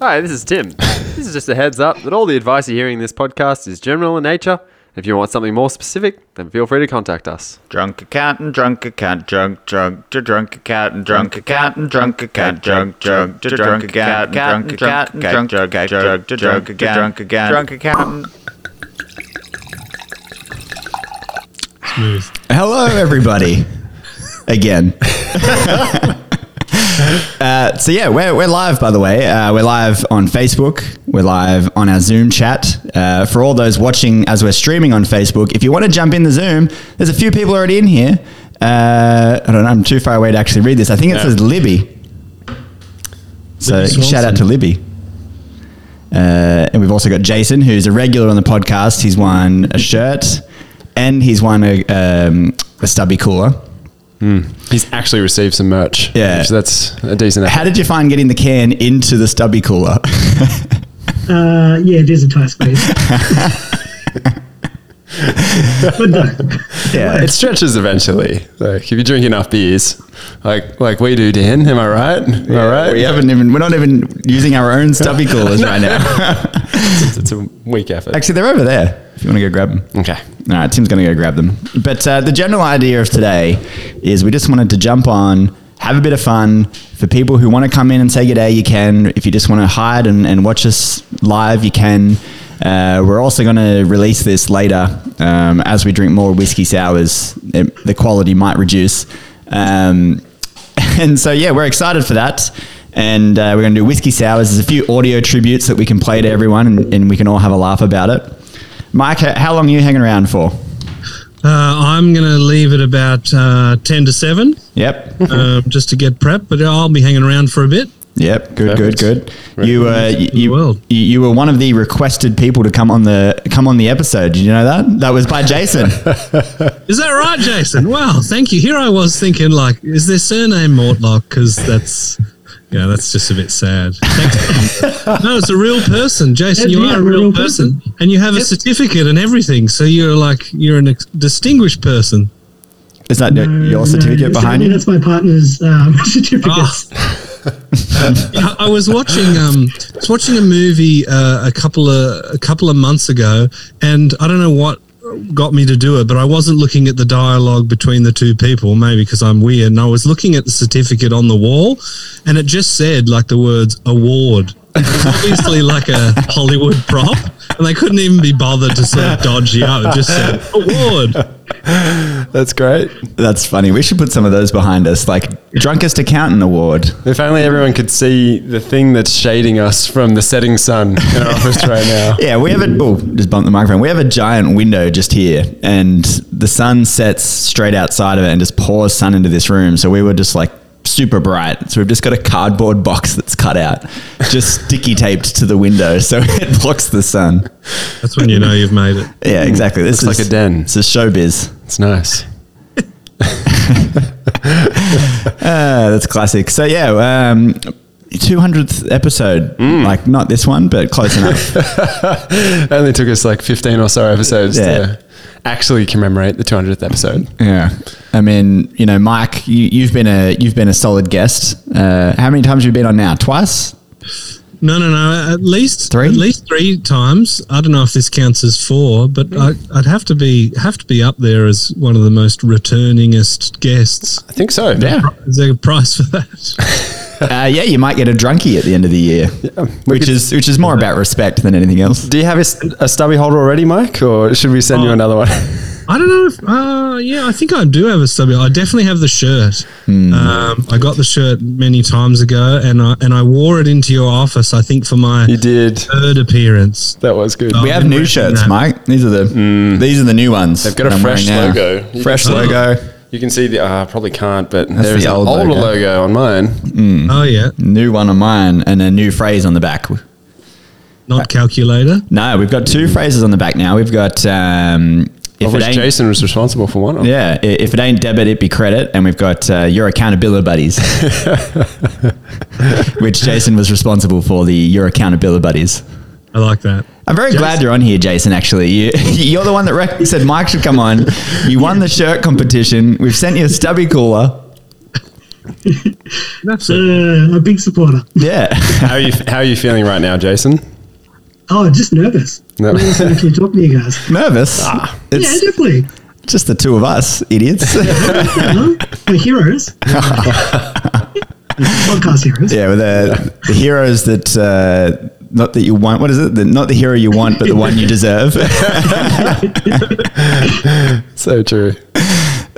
Hi, this is Tim. this is just a heads up that all the advice you're hearing in this podcast is general in nature. If you want something more specific, then feel free to contact us. Drunk accountant, drunk accountant, drunk, drunk, to drunk accountant, drunk accountant, drunk accountant, drunk, drunk, to drunk accountant, drunk accountant, drunk, drunk, drunk, to drunk again, drunk again, drunk accountant. Smooth. Hello, everybody. Again. uh, so yeah, we're, we're live. By the way, uh, we're live on Facebook. We're live on our Zoom chat. Uh, for all those watching as we're streaming on Facebook, if you want to jump in the Zoom, there's a few people already in here. Uh, I don't know. I'm too far away to actually read this. I think it says Libby. So Libby shout out to Swanson. Libby. Uh, and we've also got Jason, who's a regular on the podcast. He's won a shirt, and he's won a, um, a stubby cooler. He's actually received some merch. Yeah. which that's a decent. How effort. did you find getting the can into the stubby cooler? Uh, yeah, it is a tight space. but no, yeah, it stretches eventually. Like if you drink enough beers, like like we do, Dan. Am I right? Am I right? We haven't even. We're not even using our own stubby coolers right now. It's a weak effort. Actually, they're over there. If you want to go grab them. Okay. All right, Tim's going to go grab them. But uh, the general idea of today is we just wanted to jump on, have a bit of fun. For people who want to come in and say good day, you can. If you just want to hide and, and watch us live, you can. Uh, we're also going to release this later um, as we drink more whiskey sours. It, the quality might reduce. Um, and so, yeah, we're excited for that. And uh, we're going to do whiskey sours. There's a few audio tributes that we can play to everyone and, and we can all have a laugh about it. Mike, h- how long are you hanging around for? uh, I'm going to leave it about uh, 10 to 7 Yep. um, just to get prep, but I'll be hanging around for a bit. Yep. Good. Good. Good. You, uh, you, world. you, you were one of the requested people to come on the come on the episode. Did you know that? That was by Jason. Is that right, Jason? Wow, thank you. Here I was thinking, like, is their surname Mortlock? Because that's. Yeah, that's just a bit sad. Thanks. no, it's a real person, Jason. You Yeah, are a real, person. and you have a certificate and everything. So you're like you're an ex- distinguished person. Is that your- your certificate behind you? Ah. That's my partner's um, certificates. I I was watching um, I was watching a movie uh, a couple of a couple of months ago, and I don't know what got me to do it, but I wasn't looking at the dialogue between the two people, maybe because I'm weird. And I was looking at the certificate on the wall, and it just said like the words award. It was obviously like a Hollywood prop, and they couldn't even be bothered to sort of dodge you out. It just said award. That's great. That's funny. We should put some of those behind us, like drunkest accountant award. If only everyone could see the thing that's shading us from the setting sun in our office right now. Yeah, we have a oh, just bump the microphone. We have a giant window just here, and the sun sets straight outside of it and just pours sun into this room. So we were just like super bright. So we've just got a cardboard box that's cut out, just sticky taped to the window, so it blocks the sun. That's when you know you've made it. Yeah, exactly. This Hmm. Looks is like a den. This is showbiz. It's nice. Uh, that's classic. So yeah, um, 200th episode. Hmm. Like not this one, but close enough. It only took us like 15 or so episodes Yeah. to actually commemorate the 200th episode. yeah. I mean, you know, Mike, you, you've been a you've been a solid guest. Uh, how many times have you been on now? Twice. No, no, no. At least Three? At least three times. I don't know if this counts as four, but I, I'd have to be have to be up there as one of the most returningest guests. I think so. Yeah. Is there a price for that? Uh, yeah, you might get a drunkie at the end of the year, we which could- is which is more about respect than anything else. Do you have a, s- a stubby holder already, Mike, or should we send you Oh. another one? I don't know. If, uh, yeah, I think I do have a sub. I definitely have the shirt. Hmm. Um, I got the shirt many times ago, and I and I wore it into your office. I think for my you did. third appearance. That was good. We have new shirts, Mike. These are the these are the new ones. They've Mm. got a fresh logo. You Fresh can- logo, You can see the. Uh, probably can't, but the there's an old older logo. logo. on mine. Hmm. Oh yeah, new one on mine, and a new phrase on the back. not calculator. No, we've got two phrases on the back now. We've got um, Mm. if Of it which ain't Jason was responsible for one. of. yeah, i- if it ain't debit, it be credit, and we've got uh, your accountability buddies, which Jason was responsible for the your accountability buddies. I like that. I'm very glad you're on here, Jason. Actually, you, you're the one that rec- said Mike should come on. You won the shirt competition. We've sent you a stubby cooler. That's it. Uh, a big supporter. Yeah. How are you? How are you feeling right now, Jason? Oh, just nervous. No. I'm nervous when I keep talking to you guys. Nervous. yeah, It's definitely. just the two of us, idiots. Huh? We're heroes. Podcast heroes. yeah, with the, the heroes that. Uh, not that you want. What is it? The, not the hero you want, but the one you deserve. So true.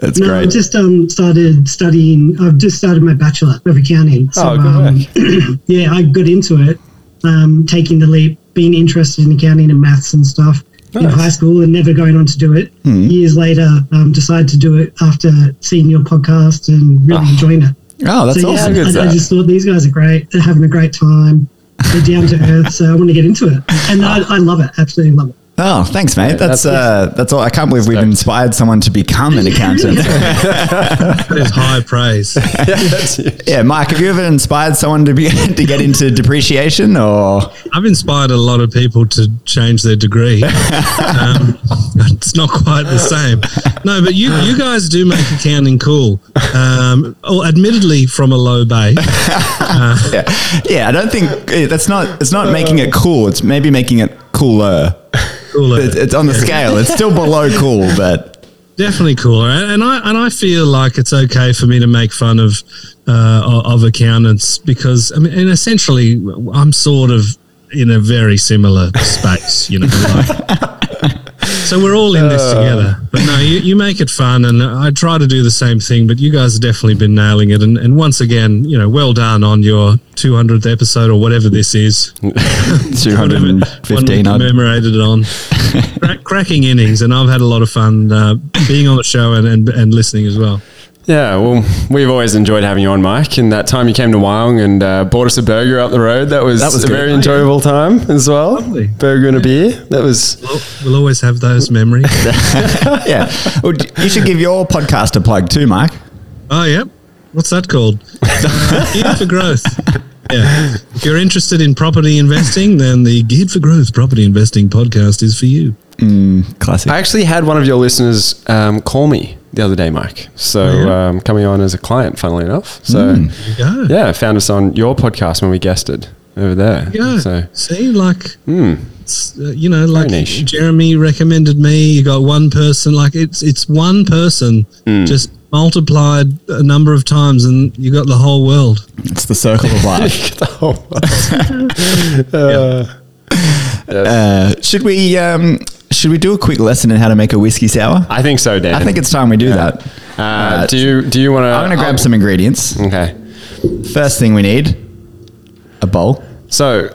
That's No, great. I've just um, started studying. I've just started my bachelor of accounting. So, Oh, good um, yeah, I got into it, um, taking the leap, being interested in accounting and maths and stuff in Nice. high school, and never going on to do it. Hmm. Years later, um, decided to do it after seeing your podcast and really enjoying it. oh, that's so awesome. good yeah, I, I stuff. just thought these guys are great. They're having a great time. They're down to earth, so I want to get into it, and I, I love it. Absolutely love it. Oh, thanks, mate. that's that's- uh, that's all. I can't believe we've inspired someone to become an accountant. That is high praise. yeah, Mike, have you ever inspired someone to be to get into depreciation or? I've inspired a lot of people to change their degree. um, it's not quite the same. No, but you, you guys do make accounting cool. Um, oh, admittedly, from a low base. yeah, yeah. I don't think eh, that's not. It's not making it cool. It's maybe making it cooler. Cooler. It's, it's on the scale. It's still below cool, but definitely cooler and and i and i feel like it's okay for me to make fun of uh, o- of accountants because i mean and essentially i'm sort of in a very similar space you know like, so we're all in this together but no you, you make it fun and i try to do the same thing but you guys have definitely been nailing it and, and once again you know well done on your 200th episode or whatever this is two hundred whatever and one we Mm, fifteen. commemorated it on. Crack, cracking innings, and I've had a lot of fun uh, being on the show and, and, and listening as well. Yeah, well, we've always enjoyed having you on, Mike. And that time you came to Wyong and uh, bought us a burger up the road, that was, That was a good. very enjoyable time as well. Lovely. Burger and a beer. That was We'll, we'll always have those memories. Yeah, well, d- you should give your podcast a plug too, Mike. oh, yeah. What's that called? Uh, Geared for Growth. Yeah. If you're interested in property investing, then the Geared for Growth Property Investing podcast is for you. Classic. I actually had one of your listeners um, call me the other day, Mike. So Oh, um, coming on as a client, funnily enough. So Hmm. There you go. yeah, I found us on your podcast when we guested over there. There you go. So See, like, hmm. it's, uh, you know, like niche. Jeremy recommended me. You got one person, like it's it's one person Hmm. just multiplied a number of times, and you got the whole world. It's the circle of life. oh, Uh, should we? Um, should we do a quick lesson in how to make a whiskey sour? I think so, Dan. I think it's time we do that. Uh, do you do you want to? I'm going to grab some ingredients. Okay. First thing we need a bowl. So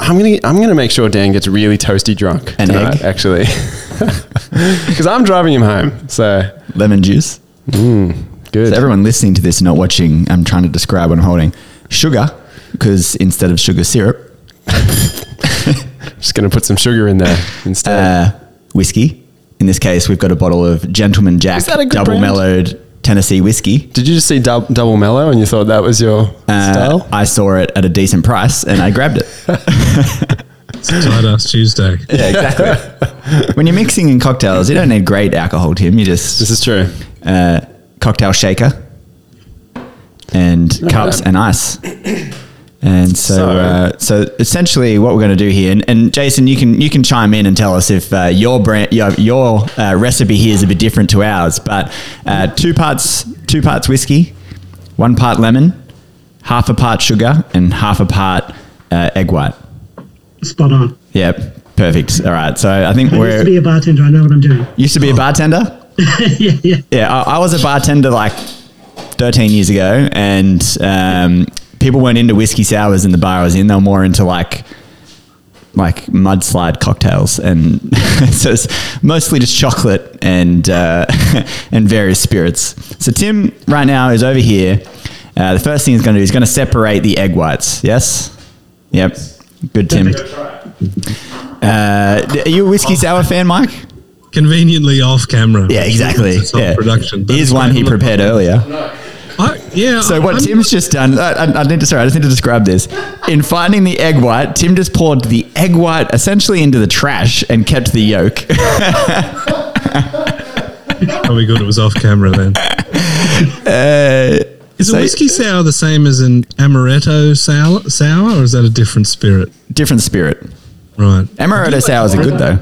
I'm gonna I'm gonna make sure Dan gets really toasty drunk An tonight, egg? actually, because I'm driving him home. So lemon juice. good. So everyone listening to this and not watching, I'm trying to describe what I'm holding. Sugar, because instead of sugar syrup, Just gonna put some sugar in there instead. uh, whiskey. In this case, we've got a bottle of Gentleman Jack Is that a good Double brand? Mellowed Tennessee Whiskey. Did you just see dub, double mellow and you thought that was your Uh, style? I saw it at a decent price and I grabbed it. It's Tight Ass Tuesday. yeah, exactly. when you're mixing in cocktails, you don't need great alcohol, Tim. You This just is true. uh, cocktail shaker and cups and ice. And so, So- uh, so essentially, what we're going to do here, and, and Jason, you can you can chime in and tell us if uh, your brand your, your uh, recipe here is a bit different to ours. But uh, two parts two parts whiskey, one part lemon, half a part sugar, and half a part uh, egg white. Spot on. Yep, perfect. All right. So I think I used to be we're a bartender. I know what I'm doing. used to be a bartender. yeah, yeah. Yeah, I, I was a bartender like 13 years ago, and um, people weren't into whiskey sours in the bar I was in. They were more into like like mudslide cocktails, and so it's mostly just chocolate and uh, and various spirits. So Tim right now is over here. Uh, the first thing he's going to do is going to separate the egg whites. Yes. Yep. Good, Tim. Uh, d- are you a whiskey sour fan, Mike? Conveniently off camera. Yeah, exactly. It's not Yeah. production. but Here's one he it's- prepared earlier. I, yeah. So what I'm- Tim's just done, I, I, I need to sorry, I just need to describe this. In finding the egg white, Tim just poured the egg white essentially into the trash and kept the yolk. Probably good it was off camera then. Is So- a whiskey sour the same as an amaretto sour, sour, or is that a different spirit? Different spirit. Right. Amaretto sours are good though.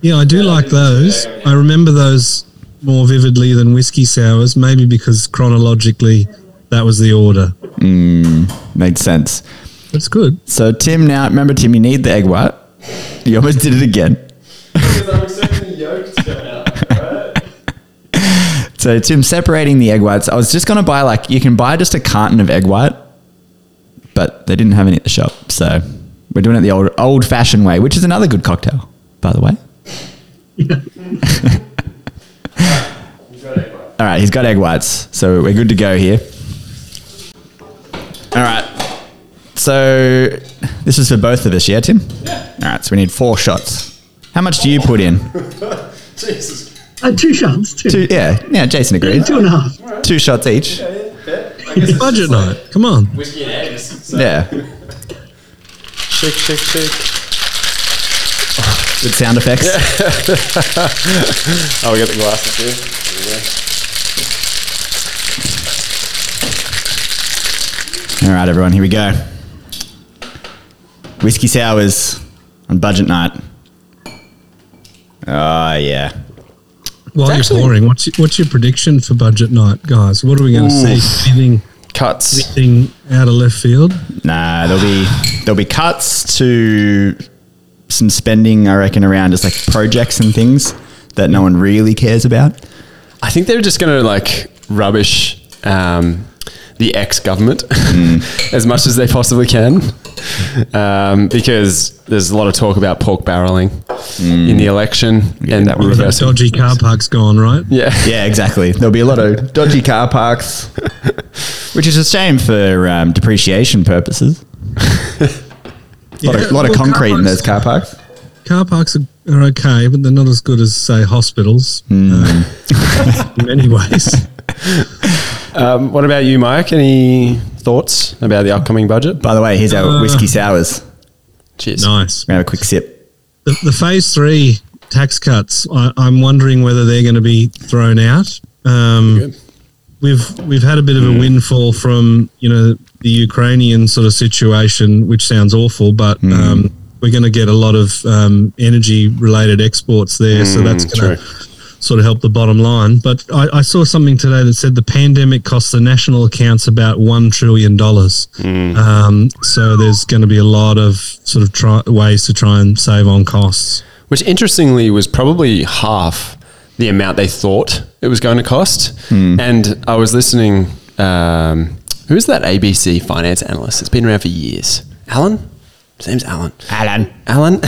Yeah, I do like those. I remember those more vividly than whiskey sours, maybe because chronologically that was the order. Made sense. That's good. So Tim, now remember Tim, you need the egg white. You almost did it again. So Tim, separating the egg whites, I was just gonna buy like you can buy just a carton of egg white, but they didn't have any at the shop. So we're doing it the old old fashioned way, which is another good cocktail, by the way. All right, he's got egg whites, so we're good to go here. All right. So this is for both of us, yeah, Tim? Yeah. All right, so we need four shots. How much do you put in? Uh, two shots, two, Two, yeah, yeah, Jason agreed. two and a half. Two shots each. It's budget night. Come on. Yeah. Shake, shake, shake. Good sound effects. Oh, we got the glasses here. All right, everyone, here we go. Whiskey sours on budget night. Oh, yeah. While you're actually- pouring, what's your, what's your prediction for budget night, guys? What are we going to see? Anything, Cuts. anything out of left field? Nah, there'll be there'll be cuts to some spending, I reckon, around just like projects and things that no one really cares about. I think they're just going to like rubbish um, the ex government as much as they possibly can. Um, because there's a lot of talk about pork barreling in the election and Mm. that All of that reversing. dodgy car park's gone, right? Yeah. Yeah, exactly. There'll be a lot of dodgy car parks, which is a shame for um, depreciation purposes. A lot of, lot of Well, car concrete in parks- those car parks. Car parks are, are okay, but they're not as good as, say, hospitals uh, in many ways. Um, what about you, Mike? Any thoughts about the upcoming budget? By the way, here's our Uh, whiskey sours. Cheers. Nice. We're gonna have a quick sip. The, the phase three tax cuts. I, I'm wondering whether they're going to be thrown out. Um, we've we've had a bit of a windfall from you know the Ukrainian sort of situation, which sounds awful, but um, we're going to get a lot of um, energy related exports there, so that's going to sort of help the bottom line. But I, I saw something today that said the pandemic cost the national accounts about one trillion dollars. Um, so there's going to be a lot of sort of try, ways to try and save on costs. which interestingly was probably half the amount they thought it was going to cost. And I was listening. Um, who is that ABC finance analyst? It's been around for years. Alan. His name's Alan. Alan. Alan.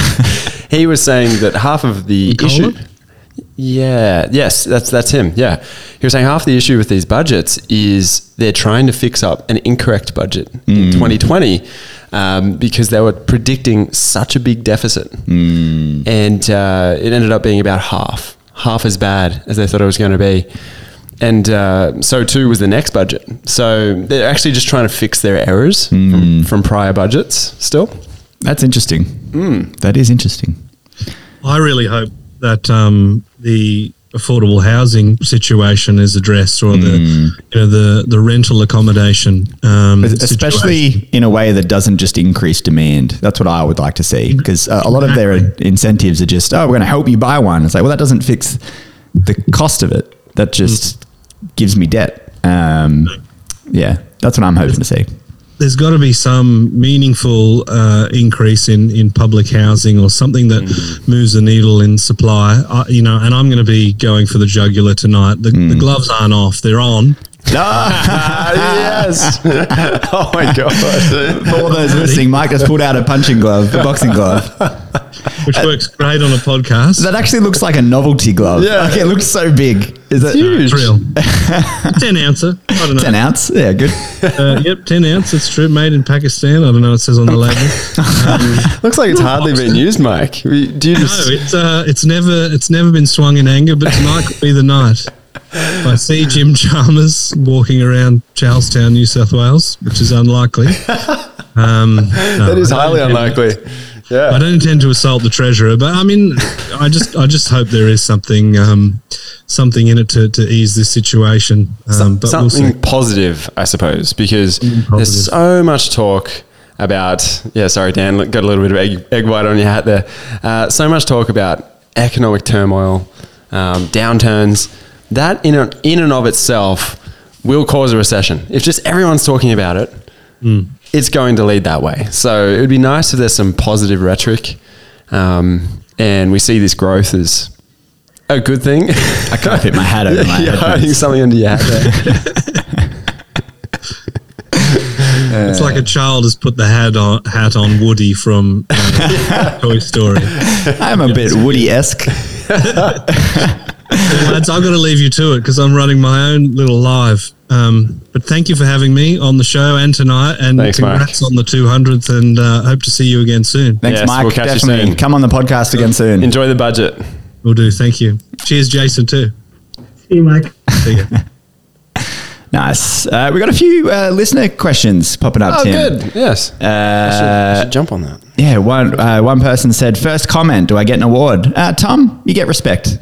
he was saying that half of the Colin? issue. Yeah. Yes, that's that's him. Yeah, he was saying half the issue with these budgets is they're trying to fix up an incorrect budget in 2020 um, because they were predicting such a big deficit, and uh, it ended up being about half, half as bad as they thought it was going to be. And uh, so too was the next budget. So they're actually just trying to fix their errors from, from prior budgets. Still, That's interesting. That is interesting. I really hope that um, the affordable housing situation is addressed, or the you know the the rental accommodation, Mm-hmm. um, situation. Especially in a way that doesn't just increase demand. That's what I would like to see because uh, a lot of their incentives are just, oh, we're going to help you buy one. It's like, well, that doesn't fix the cost of it. That Mm. just gives me debt. Um, yeah, that's what I'm hoping to see. there's got to be some meaningful uh, increase in, in public housing or something that Mm. moves the needle in supply. I, you know, and I'm going to be going for the jugular tonight. The, the Mm. gloves aren't off; they're on. Ah! yes. oh my god. For all those listening, Mike has pulled out a punching glove, a boxing glove. which works great on a podcast. Uh, That actually looks like a novelty glove. Yeah. Like, it looks so big. Is it Huge. It's real. ten ouncer. I don't know. 10 ounce? Yeah, good. Uh, yep, ten ounce. It's true. Made in Pakistan. I don't know. what It says on the label. Looks like it's hardly been used, Mike. We- Do you No, just it's uh, it's never it's never been swung in anger, but tonight could be the night. I see Jim Chalmers walking around Charlestown, New South Wales, which is unlikely. Um, no, that is I don't highly think- unlikely. Yeah. I don't intend to assault the treasurer, but I mean, I just I just hope there is something um, something in it to, to ease this situation. Um, but we'll something see. positive, I suppose, because there's so much talk about. Yeah, sorry, Dan, look, got a little bit of egg, egg white on your hat there. Uh, so much talk about economic turmoil, um, downturns. That in and, in and of itself will cause a recession. If just everyone's talking about it, it's going to lead that way. So it would be nice if there's some positive rhetoric, um, and we see this growth as a good thing. I can't fit my hat over my You're head. hiding something under your hat there. It's like a child has put the hat on hat on Woody from uh, Toy Story. I'm a bit Woody-esque. Lads, I've got to leave you to it because I'm running my own little live. Um, but thank you for having me on the show and tonight. And Thanks, Mark. congrats on the 200th, and uh, hope to see you again soon. Thanks, Yes, Mike. we'll catch you Definitely soon. come on the podcast again soon. Enjoy the budget. We'll do. Thank you. Cheers, Jason. Too. See you, Mike. See you. Nice. Uh, we got a few uh, listener questions popping up. Oh, Tim. good. Uh, Yes. I, should, I should jump on that. Yeah, one uh, one person said, first comment, do I get an award?" Uh, Tom, you get respect.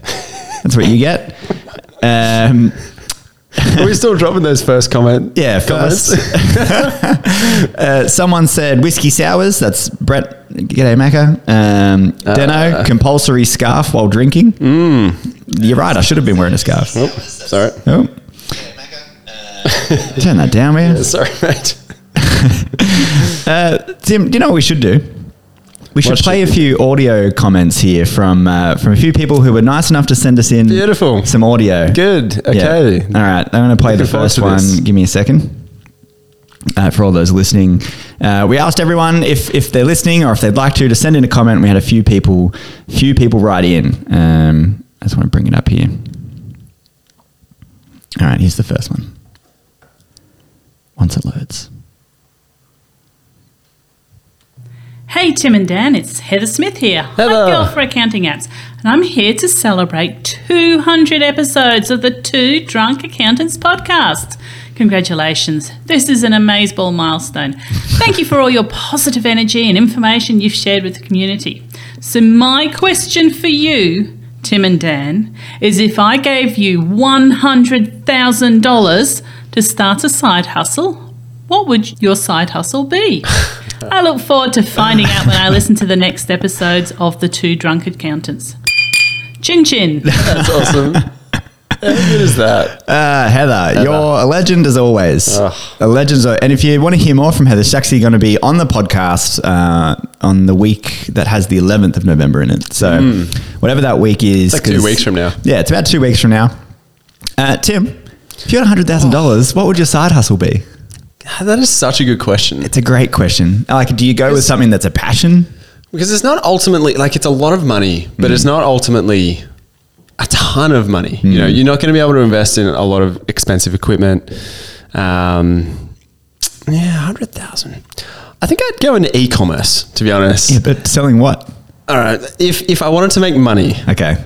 That's what you get. Um, Are we still dropping those first comment? yeah, first. uh, someone said whiskey sours. That's Brett. G'day, Macca. Um, Uh, Deno, compulsory scarf while drinking. You're right. I should have been wearing a scarf. Mm. Oh, sorry. Oh. Turn that down, man. Sorry, mate. Tim, do you know what we should do? We should What should play a we few audio comments here from uh, from a few people who were nice enough to send us in Beautiful. some audio. Good. Yeah. Okay. All right. I'm going to play Looking the forward first to one. this. Give me a second. Uh, for all those listening, uh, we asked everyone if, if they're listening or if they'd like to to send in a comment. We had a few people, few people write in. Um, I just want to bring it up here. All right, here's the first one. Once it loads. Hey Tim and Dan, it's Heather Smith here. Hello. I'm Girl for Accounting Apps, and I'm here to celebrate 200 episodes of the Two Drunk Accountants podcast. Congratulations, this is an amazing milestone. Thank you for all your positive energy and information you've shared with the community. So, my question for you, Tim and Dan, is if I gave you $100,000 to start a side hustle, what would your side hustle be? I look forward to finding out when I listen to the next episodes of The Two Drunk Accountants. Chin chin. That's awesome. How good is that? Uh, Heather, you're a legend as always. Ugh. A legend. as al- And if you want to hear more from Heather, she's actually going to be on the podcast uh, on the week that has the 11th of November in it. So, whatever that week is. Hmm. like two 'cause- weeks from now. Yeah, it's about two weeks from now. Uh, Tim, if you had $100,000, what would your side hustle be? That is such a good question. It's a great question. Like, do you go with something that's a passion? Because it's not ultimately like it's a lot of money, but Mm. it's not ultimately a ton of money. You know, Mm. you're not going to be able to invest in a lot of expensive equipment. Um, yeah, hundred thousand. I think I'd go into e-commerce to be honest. Yeah, but selling what? All right, if if I wanted to make money, Okay.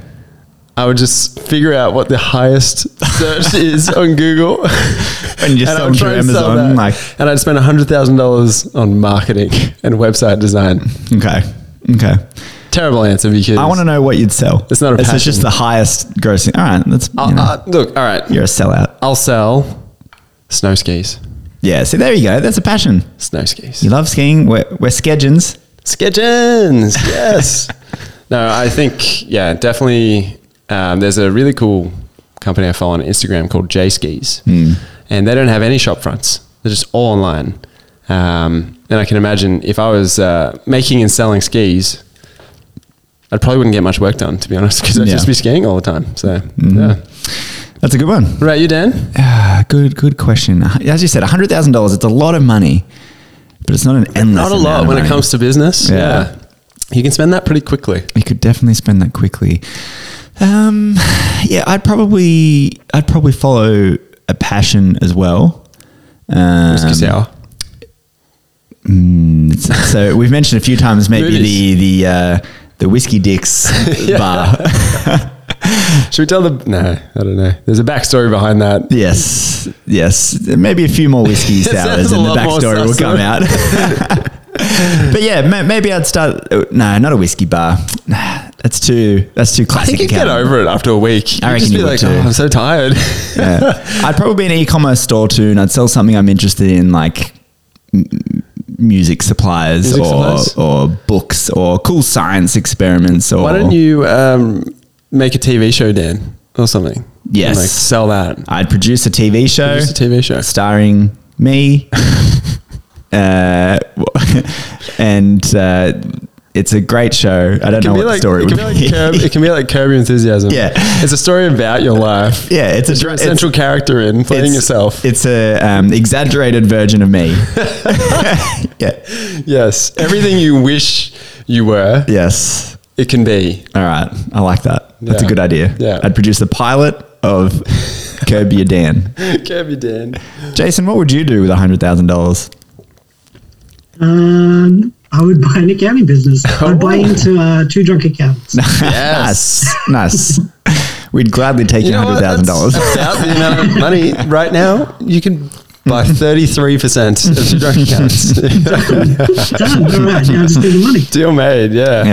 I would just figure out what the highest search is on Google. And you just I sell would them through try and sell Amazon. that. Like, and I'd spend hundred thousand dollars on marketing and website design. okay. Okay. Terrible answer because I want to know what you'd sell. It's not a So It's just passion. the highest grossing. All right. That's, I'll- you know. uh, look, all right. You're a sellout. I'll sell snow skis. Yeah, see, there you go. That's a passion. Snow skis. You love skiing. We're, we're skegins. Sketchins. Yes. no, I think yeah, definitely. Um, there's a really cool company I follow on Instagram called J Skis, Hmm. and they don't have any shop fronts. They're just all online. Um, and I can imagine if I was uh, making and selling skis, I probably wouldn't get much work done, to be honest, because I'd Yeah. Hmm. just be skiing all the time. So, yeah. That's a good one. What about you, Dan? Ah, good, good question. As you said, hundred thousand dollars. It's a lot of money, but it's not an endless. Not a lot amount of when it money. comes to business. Yeah. yeah. You can spend that pretty quickly. You could definitely spend that quickly. Um, yeah, I'd probably, I'd probably follow a passion as well. Um, Whiskey sour. Mm, it's- so we've mentioned a few times maybe Movies. the the uh, the whiskey dicks bar. Should we tell the? No, I don't know. There's a backstory behind that. Yes, yes. Maybe a few more whiskey It sours sounds a and the lot more backstory will sus- come out. But yeah, ma- maybe I'd start. No, not a whiskey bar. Nah, That's too. That's too I classic. think you'd get accounting. over it after a week. I You'd reckon just be you would like, too. oh, I'm so tired. Yeah. I'd probably be an e-commerce store too, and I'd sell something I'm interested in, like m- music supplies Music or supplies? or books or cool science experiments. Or Why don't you um, make a TV show, Dan, or something? Yes. And, like sell that. I'd produce a TV show. Produce a TV show. starring me, uh, and uh, it's a great show. I don't know what like, the story it would can be like be. curb, it can be like Curb Your Enthusiasm. Yeah. it's a story about your life. yeah, it's a You're dra- a it's- central character in playing it's- yourself. It's a um, exaggerated version of me. yeah. yes, everything you wish you were, Yes. it can be. All right. I like that. That's Yeah. a good idea. Yeah. I'd produce the pilot of Curb Your Dan. Curb Your Dan. Jason, what would you do with hundred thousand dollars? Um, I would buy an accounting business. I'd buy Oh. into uh, two drunk accountants. Yes. nice. Nice. We'd gladly take your hundred thousand dollars. About the amount of money right now you can buy thirty three percent of your drug accounts. Done. All right. Now I just need the money. Deal made. Yeah.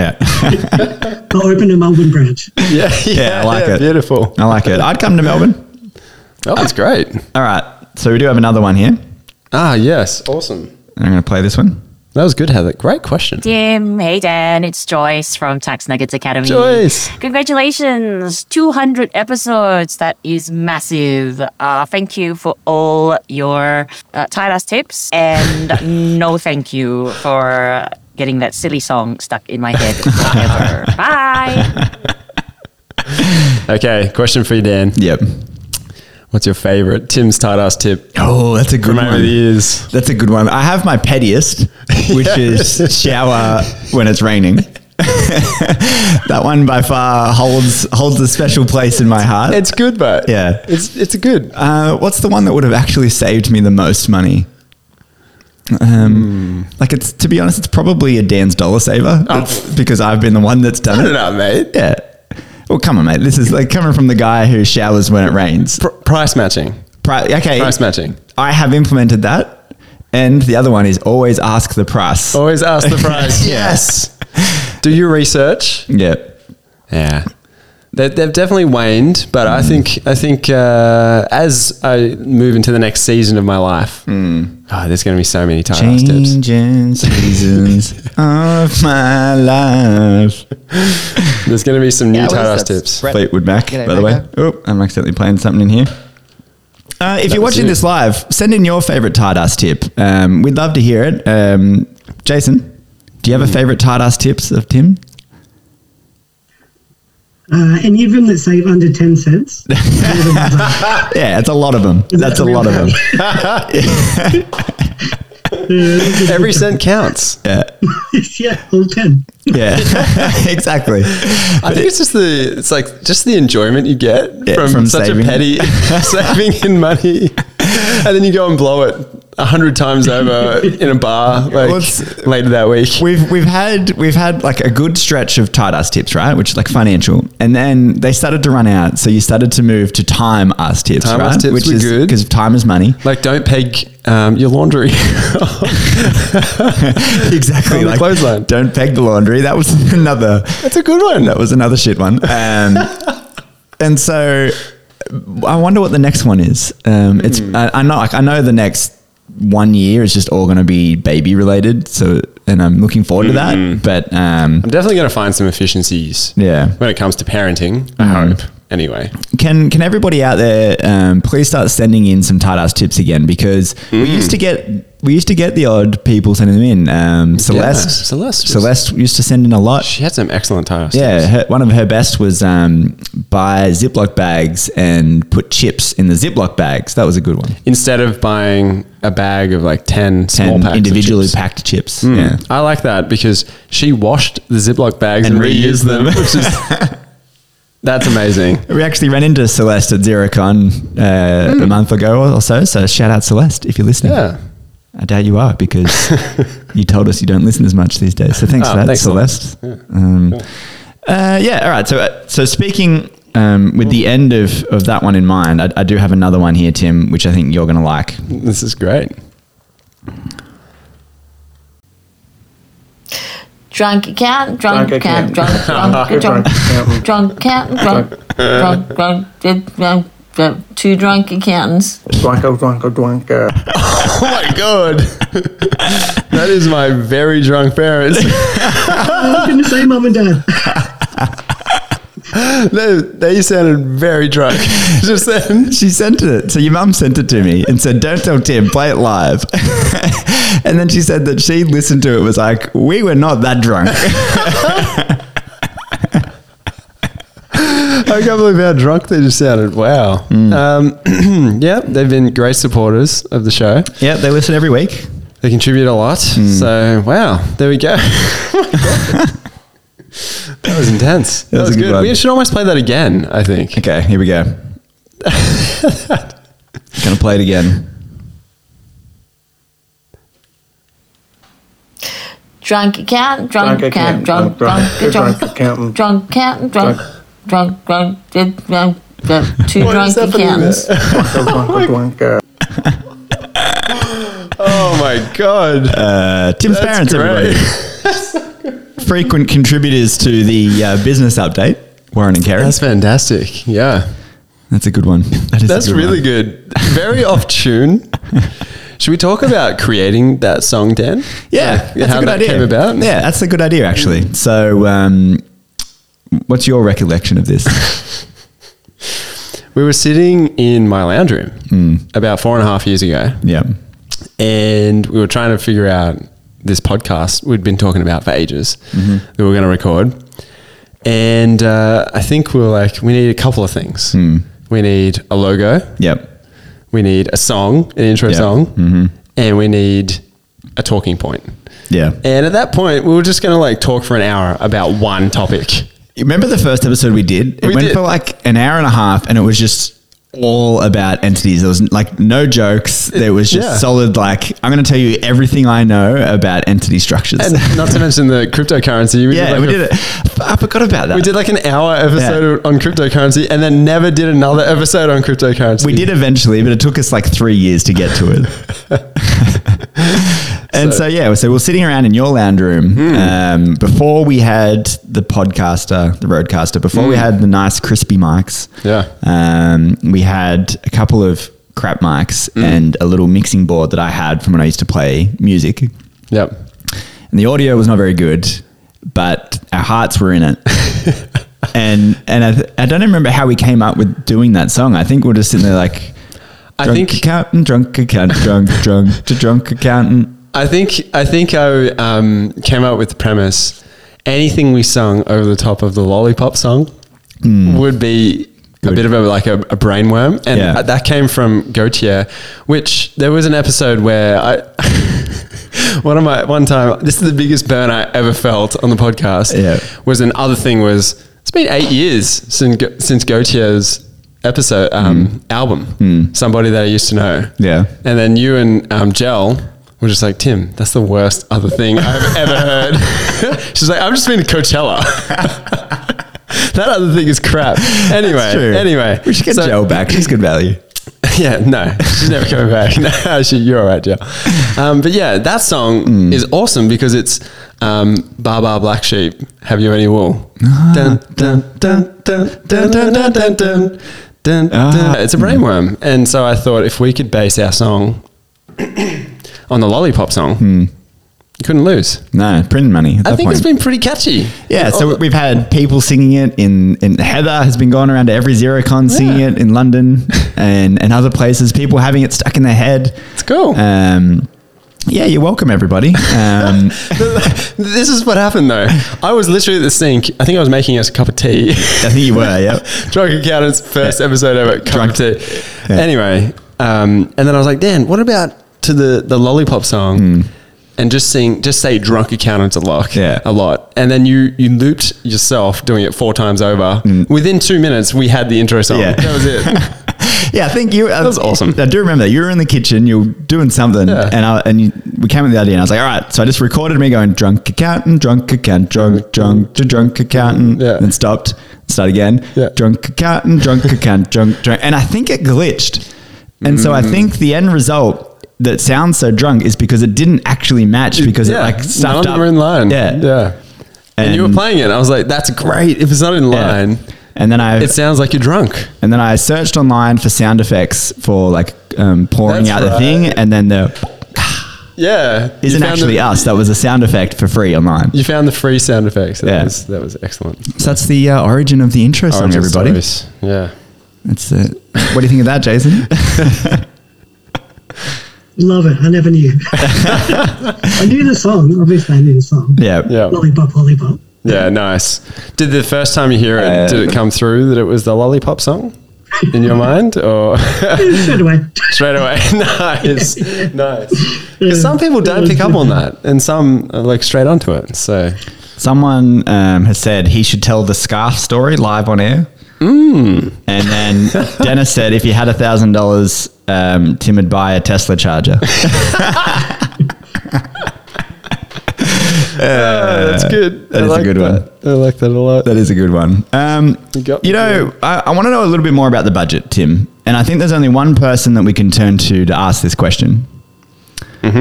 Yeah. I'll open a Melbourne branch. Yeah, Yeah, I like it. Beautiful. I like it. I'd come to Melbourne. Oh, that's great. All right. So we do have another one here. Ah, yes. Awesome. I'm going to play this one. That was good, Heather. Great question. Dear Maiden, it's Joyce from Tax Nuggets Academy. Joyce. Congratulations, 200 episodes. That is massive. Uh, thank you for all your uh, tight ass tips, and no thank you for getting that silly song stuck in my head forever. Bye. Okay, question for you, Dan. Yep. What's your favorite Tim's tight ass tip? Oh, that's a good Remember one. the ears. That's a good one. I have my pettiest, which is shower when it's raining. that one by far holds holds a special place in my heart. It's good, but Yeah. it's it's good. Uh, what's the one that would have actually saved me the most money? Um, Like it's to be honest, it's probably a Dan's dollar saver It's because I've been the one that's done it. know, mate. Yeah. Well, come on, mate. This is like coming from the guy who showers when it rains. Pr- price matching. Pri- okay. Price matching. I have implemented that, and the other one is always ask the price. Always ask the price. Yes. Do your research. Yeah. Yeah. They've, they've definitely waned, but I think I think uh, as I move into the next season of my life, oh, there's going to be so many tight ass tips. Changing seasons of my life. There's going to be some new Yeah, what tight is ass that? tips. Brett- Fleetwood Mac, G'day, by the way. Macca. Oh, I'm accidentally playing something in here. Uh, if you're was watching you. this live, send in your favorite tight ass tip. Um, we'd love to hear it. Um, Jason, do you have a favorite tight ass tips of Tim? Uh, any of them that save under 10 cents. Yeah, it's a lot of them. Is that That's a real? lot of them. Every cent counts. yeah, all 10. Yeah, exactly. I think it's just the it's like just the enjoyment you get Yeah, from, from such saving. a petty saving in money, and then you go and blow it a hundred times over in a bar like Well, it's- later that week. We've we've had we've had like a good stretch of tight ass tips, right? Which is like financial, and then they started to run out. So you started to move to time ass tips, Time right? ass tips Which were is good. because time is money. Like, don't peg um, your laundry. exactly. On the clothesline. Don't peg the laundry. That was another. That's a good one. That was another shit one. Um, and so, I wonder what the next one is. Um, it's Hmm. I, I know like, I know the next one year is just all going to be baby related. So and I'm looking forward to Hmm. that. But um, I'm definitely going to find some efficiencies. yeah, When it comes to parenting, I Mhm. hope. Anyway, can can everybody out there um, please start sending in some tight ass tips again because Mm. we used to get we used to get the odd people sending them in. Um, Celeste, Celeste was- Celeste used to send in a lot. she had some excellent titles. Yeah, her, one of her best was um, buy Ziploc bags and put chips in the Ziploc bags. That was a good one. Instead of buying a bag of like 10, small Ten packs of individually chips. packed chips. Mm. I like that because she washed the Ziploc bags and, And reused reused them, them. which is that's amazing. Yeah. We actually ran into Celeste at ZeroCon uh, a month ago or so. So shout out Celeste if you're listening. Hmm. Yeah. I doubt you are because you told us you don't listen as much these days. So thanks Oh, for that, thanks, Celeste. Um, uh, yeah, all right. So, uh, so speaking um, with the end of, of that one in mind, I, I do have another one here, Tim, which I think you're going to like. This is great. drunk cat, drunk cat, drunk drunk drunk drunk cat, drunk drunk drunk drunk drunk drunk two drunk accountants. Dwanko, dwanko, dwanko. Oh my god, that is my very drunk parents. I was going to say mum and dad. they, they sounded very drunk just then. She sent it. So your mum sent it to me and said, "Don't tell Tim, play it live." and then she said that she listened to it. Was like, we were not that drunk. I can't believe how drunk they just sounded. Wow. Mm. Um, yeah, they've been great supporters of the show. yeah, they listen every week. They contribute a lot. Hmm. So wow, there we go. that was intense. That, was was, a good good. one. We should almost play that again. I think. Okay, here we go. Gonna play it again. Drunk cat, drunk cat, drunk drunk drunk accountant. drunk cat, drunk drunk drunk drunk drunk two drunk accountants. Dwanko, dwanko, dwanko. Oh my god. Uh, Tim's That's parents, great. everybody. Frequent contributors to the uh, business update, Warren and Kerry. that's That's, fantastic. Yeah. a good one. That is a That's good really one. good. Very off tune. Should we talk about creating that song, Dan? Yeah, Like, that's how a good that idea. came about. Yeah, that's a good idea actually. So, um, what's your recollection of this? We were sitting in my lounge room Hmm. about four and a half years ago, yeah, and we were trying to figure out this podcast we'd been talking about for ages Mm-hmm. that we were going to record. And uh, I think we were like, we need a couple of things. Hmm. We need a logo, yep, we need a song, an intro Yeah. Mm-hmm. song, and we need a talking point. yeah. And at that point, we were just going to like talk for an hour about one topic. You Remember the first episode we did? It We went did. for like an hour and a half, and it was just all about entities. There was like no jokes. There was just yeah. solid like I'm going to tell you everything I know about entity structures. And not to mention the cryptocurrency. We yeah, we a did it. F- I forgot about that. We did like an hour episode on cryptocurrency and then never did another episode on cryptocurrency. We did eventually, but it took us like three years to get to it. and so, yeah, so we're sitting around in your lounge room Hmm. um, before we had the podcaster, the roadcaster, before we had the nice crispy mics. Hmm. Yeah. um, we had a couple of crap mics Hmm. and a little mixing board that I had from when I used to play music, and Yep. the audio was not very good, but our hearts were in it. And and I, th- I don't remember how we came up with doing that song. I think we we're just sitting there like I drunk think accountant, drunk accountant, drunk, drunk, to drunk accountant. I think I think I um, came up with the premise. Anything we sung over the top of the lollipop song would be a Hmm. Good. bit of a like a, a brainworm, and Yeah. that came from Gautier, which there was an episode where I. One of my one time, this is the biggest burn I ever felt on the podcast. Yeah. was another thing was it's been eight years since since Gautier's episode um, album. Somebody that I used to know. Hmm. Yeah. And then you and um, Jel were just like, Tim, that's the worst other thing I've ever heard. She's like, I've just been to Coachella. that other thing is crap. Anyway, That's true. anyway. we should get So- Joe back. She's good value. Yeah, no, she's never coming back. No, she, you're all right, Jel. Um, but yeah, that song Mm. is awesome because it's um, Bar Bar Black Sheep, Have You Any Wool? Dun, dun, dun, dun, dun, dun, dun, dun, dun. Dun, dun. Ah. It's a brainworm. And so I thought if we could base our song on the lollipop song, you couldn't lose. No, print money. At I that think Hmm. point. it's been pretty catchy. Oh, Yeah, so we've had people singing it in, in Heather has been going around to every ZeroCon singing it in London and, and other places. People having it stuck in their head. It's cool. Um, yeah, you're welcome, everybody. Um, this is what happened though. I was literally at the sink. I think I was making us a cup of tea. I think you were, yeah. Drunk Accountants, first episode ever. Cup of tea. Anyway, um, and then I was like, Dan, what about to the the lollipop song? And just sing, just say "drunk accountants" a lot, Hmm. Yeah. a lot, and then you you looped yourself doing it four times over. Within two minutes, we had the intro song. Hmm. Yeah. That was it. Yeah, I think you. That was awesome. I do remember that. You were in the kitchen, you were doing something, Yeah. and I, and you, we came with the idea, and I was like, all right. So I just recorded me going, drunk accountant, drunk accountant, drunk, drunk, to drunk accountant, Yeah. and stopped, start again, Yeah. drunk accountant, drunk accountant, drunk, drunk. And I think it glitched. And so Mm. I think the end result that sounds so drunk is because it didn't actually match because Yeah. it like None of stuffed them up. were in line. Yeah. yeah. And, you were playing it. I was like, that's great. If it's not in Yeah. line, And then I it sounds like you're drunk. and then I searched online for sound effects for like um, pouring out That's the right. thing, and then the Yeah. You isn't found actually the, us. That was a sound effect for free online. You found the free sound effects. That Yeah. was that was excellent. So that's the uh, origin of the intro song, Origin everybody. stories. Yeah. That's it. What do you think of that, Jason? Love it. I never knew. I knew the song. Obviously, I knew the song. yeah. Yeah. Lollipop, lollipop. Yeah, nice. Did the first time you hear it, Uh, did it come through that it was the lollipop song in your mind, or Straight away. straight away? nice, nice. 'Cause some people don't pick up on that, and some are like straight onto it. So Someone um, has said he should tell the scarf story live on air. And then Dennis said, if you had a thousand dollars, um, Tim would buy a Tesla charger. Oh, that's good. Uh, that is a good one. I like that a lot. that is a good one. Um, You you, got me know, I, I want to know a little bit more about the budget, Tim. And I think there's only one person that we can turn to to ask this question.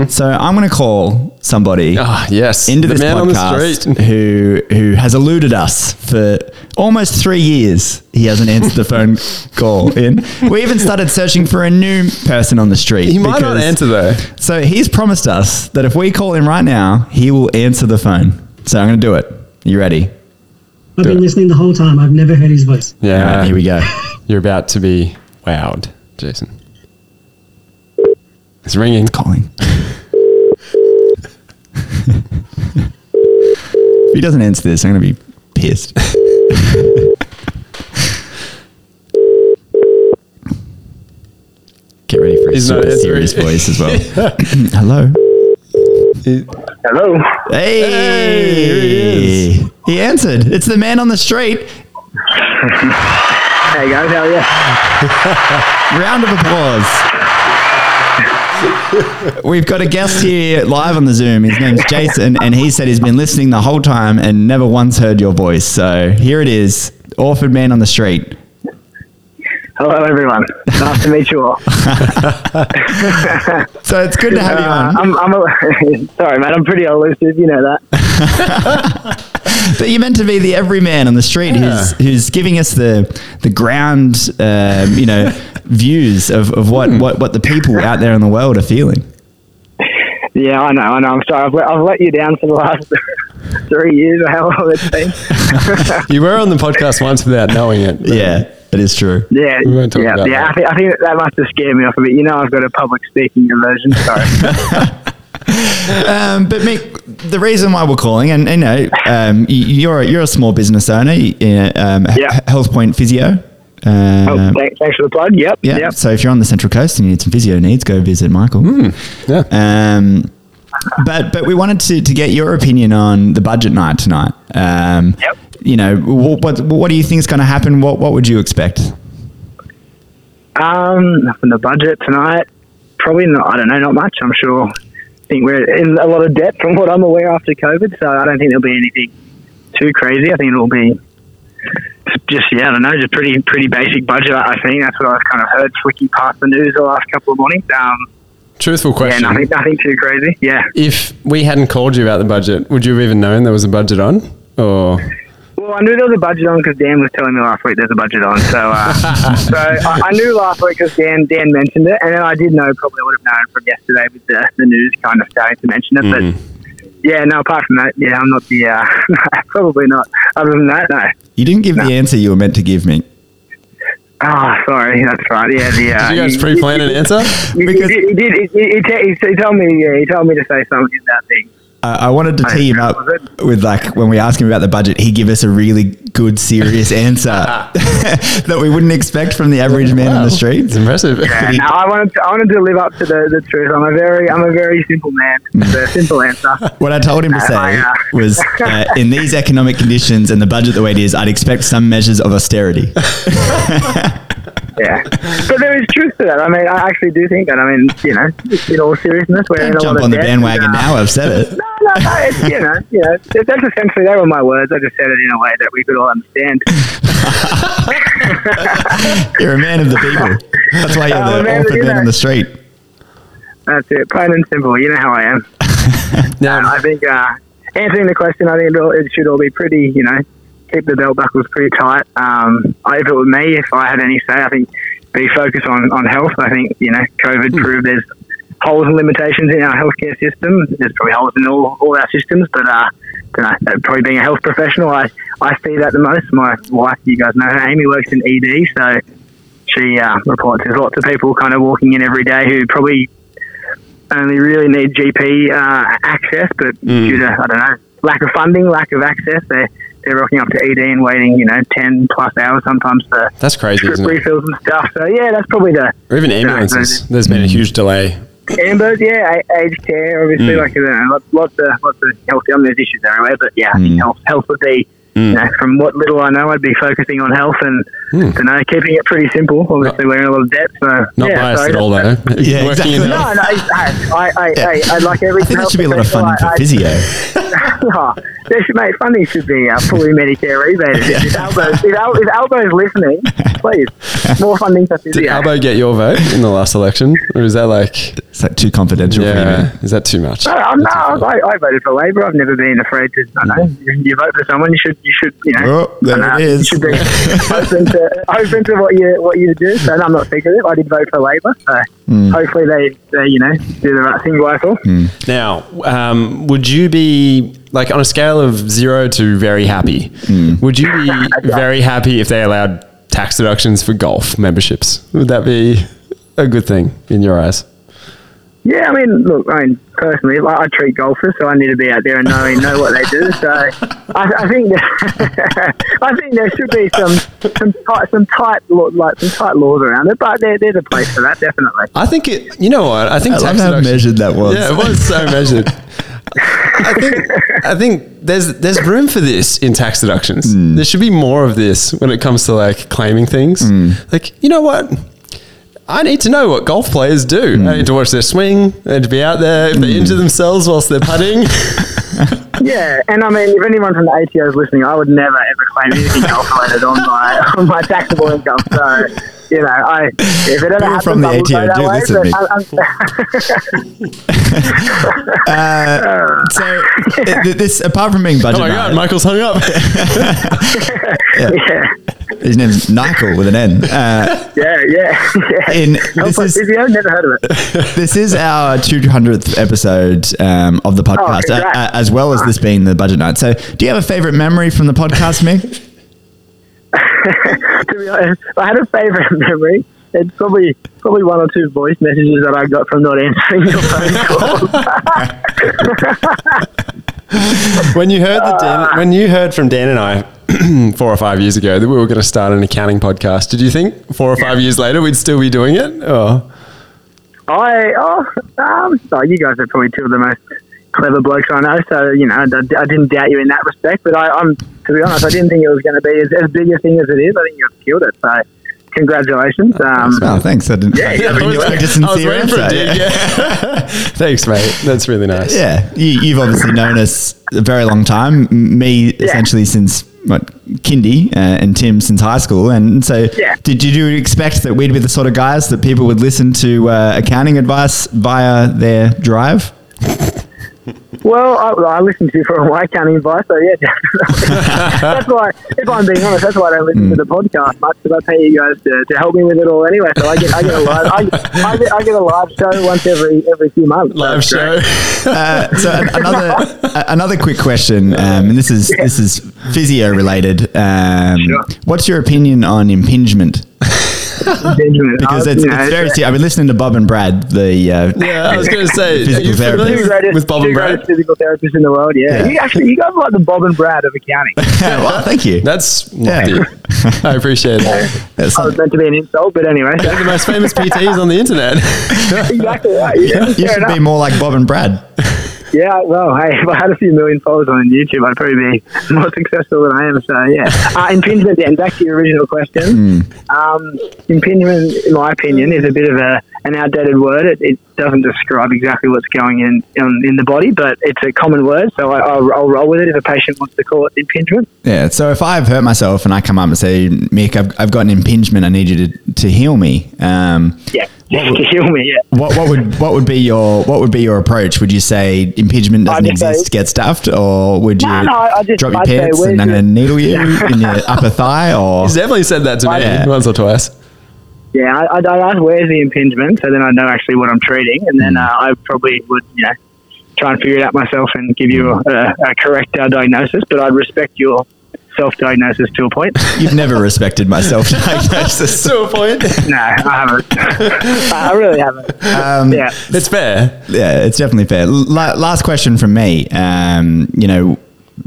So I'm going to call somebody. Ah, yes. into Mm-hmm. the this man on podcast the street. who who has eluded us for almost three years. He hasn't answered the phone call in. We even started searching for a new person on the street. He might not because- answer though. So he's promised us that if we call him right now, he will answer the phone. So I'm going to do it. You ready? I've been listening the whole time. I've never heard his voice. All right, Yeah, here we go. You're about to be wowed, Jason. It's ringing. Calling. if he doesn't answer this, I'm going to be pissed. Get ready for a He's not super answering. serious voice as well. Hello. Hello. Hey. he, answered. It's the man on the street. Hey guys, how are you? Round of applause. We've got a guest here live on the Zoom. His name's Jason, and he said he's been listening the whole time and never once heard your voice. So here it is, orphan man on the street. Hello, everyone. Nice to meet you all. So it's good to have you Uh, on. I'm, I'm a, sorry, mate. I'm pretty elusive. You know that. But you're meant to be the everyman on the street who's who's giving us the the ground, um, you know, views of, of what, Hmm. what what the people out there in the world are feeling. Yeah, I know. I know. I'm sorry. I've let, I've let you down for the last three years or how long it's been. You were on the podcast once without knowing it. but- Yeah, it is true. Yeah, We won't talk yeah, about yeah. that. I, think, I think that must have scared me off a bit. You know, I've got a public speaking aversion. Sorry. Um, but Mick, the reason why we're calling, and you know, um, y- you're a, you're a small business owner, you, uh, um, H- Yeah. Health Point Physio. Um, oh, thanks, thanks for the plug. Yep. yeah. Yep. So if you're on the Central Coast and you need some physio needs, go visit Michael. yeah. Um, but but we wanted to, to get your opinion on the budget night tonight. Um, Yep. You know, what, what what do you think is going to happen? What what would you expect? Um, nothing to budget tonight. Probably not. I don't know. Not much. I'm sure. I think we're in a lot of debt from what I'm aware after COVID. So I don't think there'll be anything too crazy. I think it'll be just yeah. I don't know. Just pretty pretty basic budget. I I think that's what I've kind of heard flicking past the news the last couple of mornings. Um, Truthful yeah, question. nothing nothing too crazy. Yeah. if we hadn't called you about the budget, would you have even known there was a budget on? Or Well, I knew there was a budget on because Dan was telling me last week there's a budget on. So, uh, so I, I knew last week because Dan Dan mentioned it, and then I did know probably I would have known from yesterday with the, the news kind of starting to mention it. Mm-hmm. But yeah, no, apart from that, yeah, I'm not the uh, probably not. Other than that, no. You didn't give the answer you were meant to give me. Ah, sorry, that's right. Yeah, the uh, did you guys pre-plan an answer? he, he, because- he, he did. He, he, he, te- he told me. Yeah, he told me to say something about things. I I wanted to I- tee him up was it? with like when we asked him about the budget, he gave us a really good, serious answer that we wouldn't expect from the average man on Wow. the street. It's impressive. Yeah, no, I wanted to, I wanted to live up to the, the truth. I'm a very I'm a very simple man. It's a simple answer. What I told him to Uh, I, say uh, was, uh, in these economic conditions and the budget the way it is, I'd expect some measures of austerity. Yeah, but there is truth to that. I mean, I actually do think that. I mean, you know, in all seriousness, we're in a Don't lot jump of on the debt. bandwagon Uh, now. I've said it. No, no, no. It's, you know, you know, that- that's essentially they were Oh, my words. I just said it in a way that we could all understand. You're a man of the people. That's why you're I'm a the man of orphan the man on people. the street. That's it, plain and simple. You know how I am. Now, I think uh, answering the question, I think it, all, it should all be pretty, you know, keep the belt buckles pretty tight. Um, I- if it were me, if I had any say, I think be focused on, on health. I think, you know, COVID proved there's holes and limitations in our healthcare system. There's probably holes in all, all our systems, but uh, dunno, uh, probably being a health professional, I, I see that the most. My wife, you guys know her, Amy works in ED, so she uh, reports there's lots of people kind of walking in every day who probably only really need GP uh, access, but Mm. due to I don't know lack of funding, lack of access, they're they're rocking up to ED and waiting you know ten plus hours sometimes for That's crazy, trip isn't it? refills and stuff. So yeah, that's probably the Or even ambulances. There's been a huge delay. Ambos, yeah, a- aged care, obviously, Mm. like you know, lots, lots of lots of health. I mean, there's issues everywhere, but yeah, I Mm. think health health would be. You know, from what little I know, I'd be focusing on health and Mm. you know keeping it pretty simple. Obviously, we're in a lot of debt, so Not yeah, biased so at all, though. Yeah, Working in exactly. health. No, no, I, I, I, I, I like every. I think there health should be a lot of funding for professional, I- I- physio. oh, they should make funding should be uh, fully Medicare rebated. If, Albo's, if, Al, if Albo's listening, please more funding for Did physio. Albo get your vote in the last election, or is that like, Is that too confidential for you? yeah, man? is that too much? No, no, no, I, I voted for Labor. I've never been afraid to. I know you, you vote for someone, you should, you should, you know. Oh, there I know, it is. You should be open to, open to what you what you do. So no, I'm not secretive. I did vote for Labor. So Hmm. hopefully they, they, you know, do the right thing by us all. Now, um, would you be like on a scale of zero to very happy? Would you be very happy if they allowed tax deductions for golf memberships? Would that be a good thing in your eyes? Yeah, I mean, look, I mean, personally, I, I treat golfers, so I need to be out there and know know what they do. So I, I think that, I think there should be some some tight some tight law, like some tight laws around it, but there, there's a place for that, definitely. I think it. You know what? I think I love tax how deduction- measured that was. Yeah, it was so measured. I think I think there's there's room for this in tax deductions. Hmm. There should be more of this when it comes to like claiming things. Hmm. Like you know what. I need to know what golf players do. Hmm. I need to watch their swing. I need to be out there. If they injure themselves whilst they're putting, Oh Yeah, and I mean, if anyone from the ATO is listening, I would never ever claim anything golf related on my on my taxable income. So you know, I if it ever People happens, from the I will go ATO that do way, listen but to I'm- So th- th- this, apart from being budget, oh my god, night, Michael's hung up. yeah, his name's Michael with an N. Uh, yeah, yeah, yeah. in Golf this by is physio, never heard of it. this is our 200th episode um, of the Oh, podcast, uh, congrats. uh, as well as this being the budget night. So, do you have a favorite memory from the podcast, Mick? to be honest, I had a favourite memory. It's probably probably one or two voice messages that I got from not answering your phone calls. when you heard that Dan, when you heard from Dan and I four or five years ago that we were going to start an accounting podcast, did you think four or five years later we'd still be doing it? Oh. Or I oh, um, oh, you guys are probably two of the most clever blokes I know. So you know, I, I didn't doubt you in that respect. But I, I'm to be honest, I didn't think it was going to be as, as big a thing as it is. I think you've killed it. So congratulations. Um, Oh, thanks. I didn't. Yeah, I was, expect a I was sincere waiting for a answer. dig. Yeah. yeah. Thanks, mate. That's really nice. Yeah, you, you've obviously known us a very long time. M- Me, essentially, since what kindy, uh, and Tim since high school. And so, Yeah. did you do expect that we'd be the sort of guys that people would listen to uh, accounting advice via their drive? Well, I, well, I listened to you for a while, can't even buy, so yeah. that's why, if I'm being honest, that's why I don't listen to the podcast much, because I pay you guys to, to help me with it all anyway. So I get, I get a live, I, I, get, I get a live show once every every few months. Live That's show. great. Uh, so an- another a- another quick question, um, and this is this is physio related. Um, What's your opinion on impingement? Benjamin, Because I- it's, you know, it's very. se- I've been listening to Bob and Brad. The uh, Yeah, I was going to say, are Physical you familiar therapist. two with, greatest, with Bob two and Brad? greatest physical therapists in the world, yeah. Yeah. You, actually, you guys are like the Bob and Brad of accounting. well, thank you. That's Yeah. lofty. I appreciate that. That's I was meant to be an insult, but anyway. They're the most famous PTs on the internet. exactly right. Yeah, you fair should enough. be more like Bob and Brad. Yeah, well, hey, if I had a few million followers on YouTube, I'd probably be more successful than I am. So, yeah. Uh, impingement, and back to your original question. Um, impingement, in my opinion, is a bit of a, an outdated word. It, it doesn't describe exactly what's going in, in in the body, but it's a common word, so I, I'll, I'll roll with it if a patient wants to call it impingement. Yeah. So if I've hurt myself and I come up and say, Mick, I've, I've got an impingement, I need you to, to heal me. Um, Yeah. just to kill me. Yeah. What what would what would be your what would be your approach? Would you say impeachment doesn't I'd say- exist, get stuffed, or would you No, no, I- I just- drop your I'd say, pants where's and I'm your- going to needle you in your upper thigh? Or He's definitely said that to me Yeah. once or twice. Yeah, I- I'd, I'd ask where's the impingement, so then I know actually what I'm treating, and then uh, I probably would, you know, try and figure it out myself and give you a, a, a correct uh, diagnosis. But I'd respect your self-diagnosis to a point. you've never respected myself diagnosis. To a point. no, I haven't. I really haven't. Um, Yeah. It's fair. yeah, it's definitely fair. L- la- last question from me. Um, you know,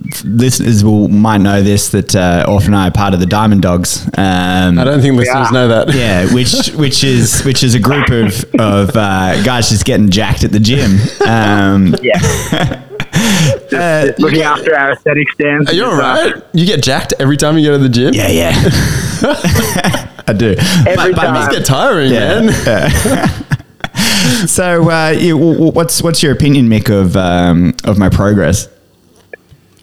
f- listeners will might know this that uh, Orph and I are part of the Diamond Dogs. Um, I don't think listeners know that. yeah, which which is which is a group of of uh, guys just getting jacked at the gym. Um, Yeah. Looking after our aesthetic stands. Are you all It's, uh, right? You get jacked every time you go to the gym. yeah, yeah. I do. Every It must time. get tiring, Yeah. man. So, uh, you, w- w- what's what's your opinion, Mick, of um, of my progress?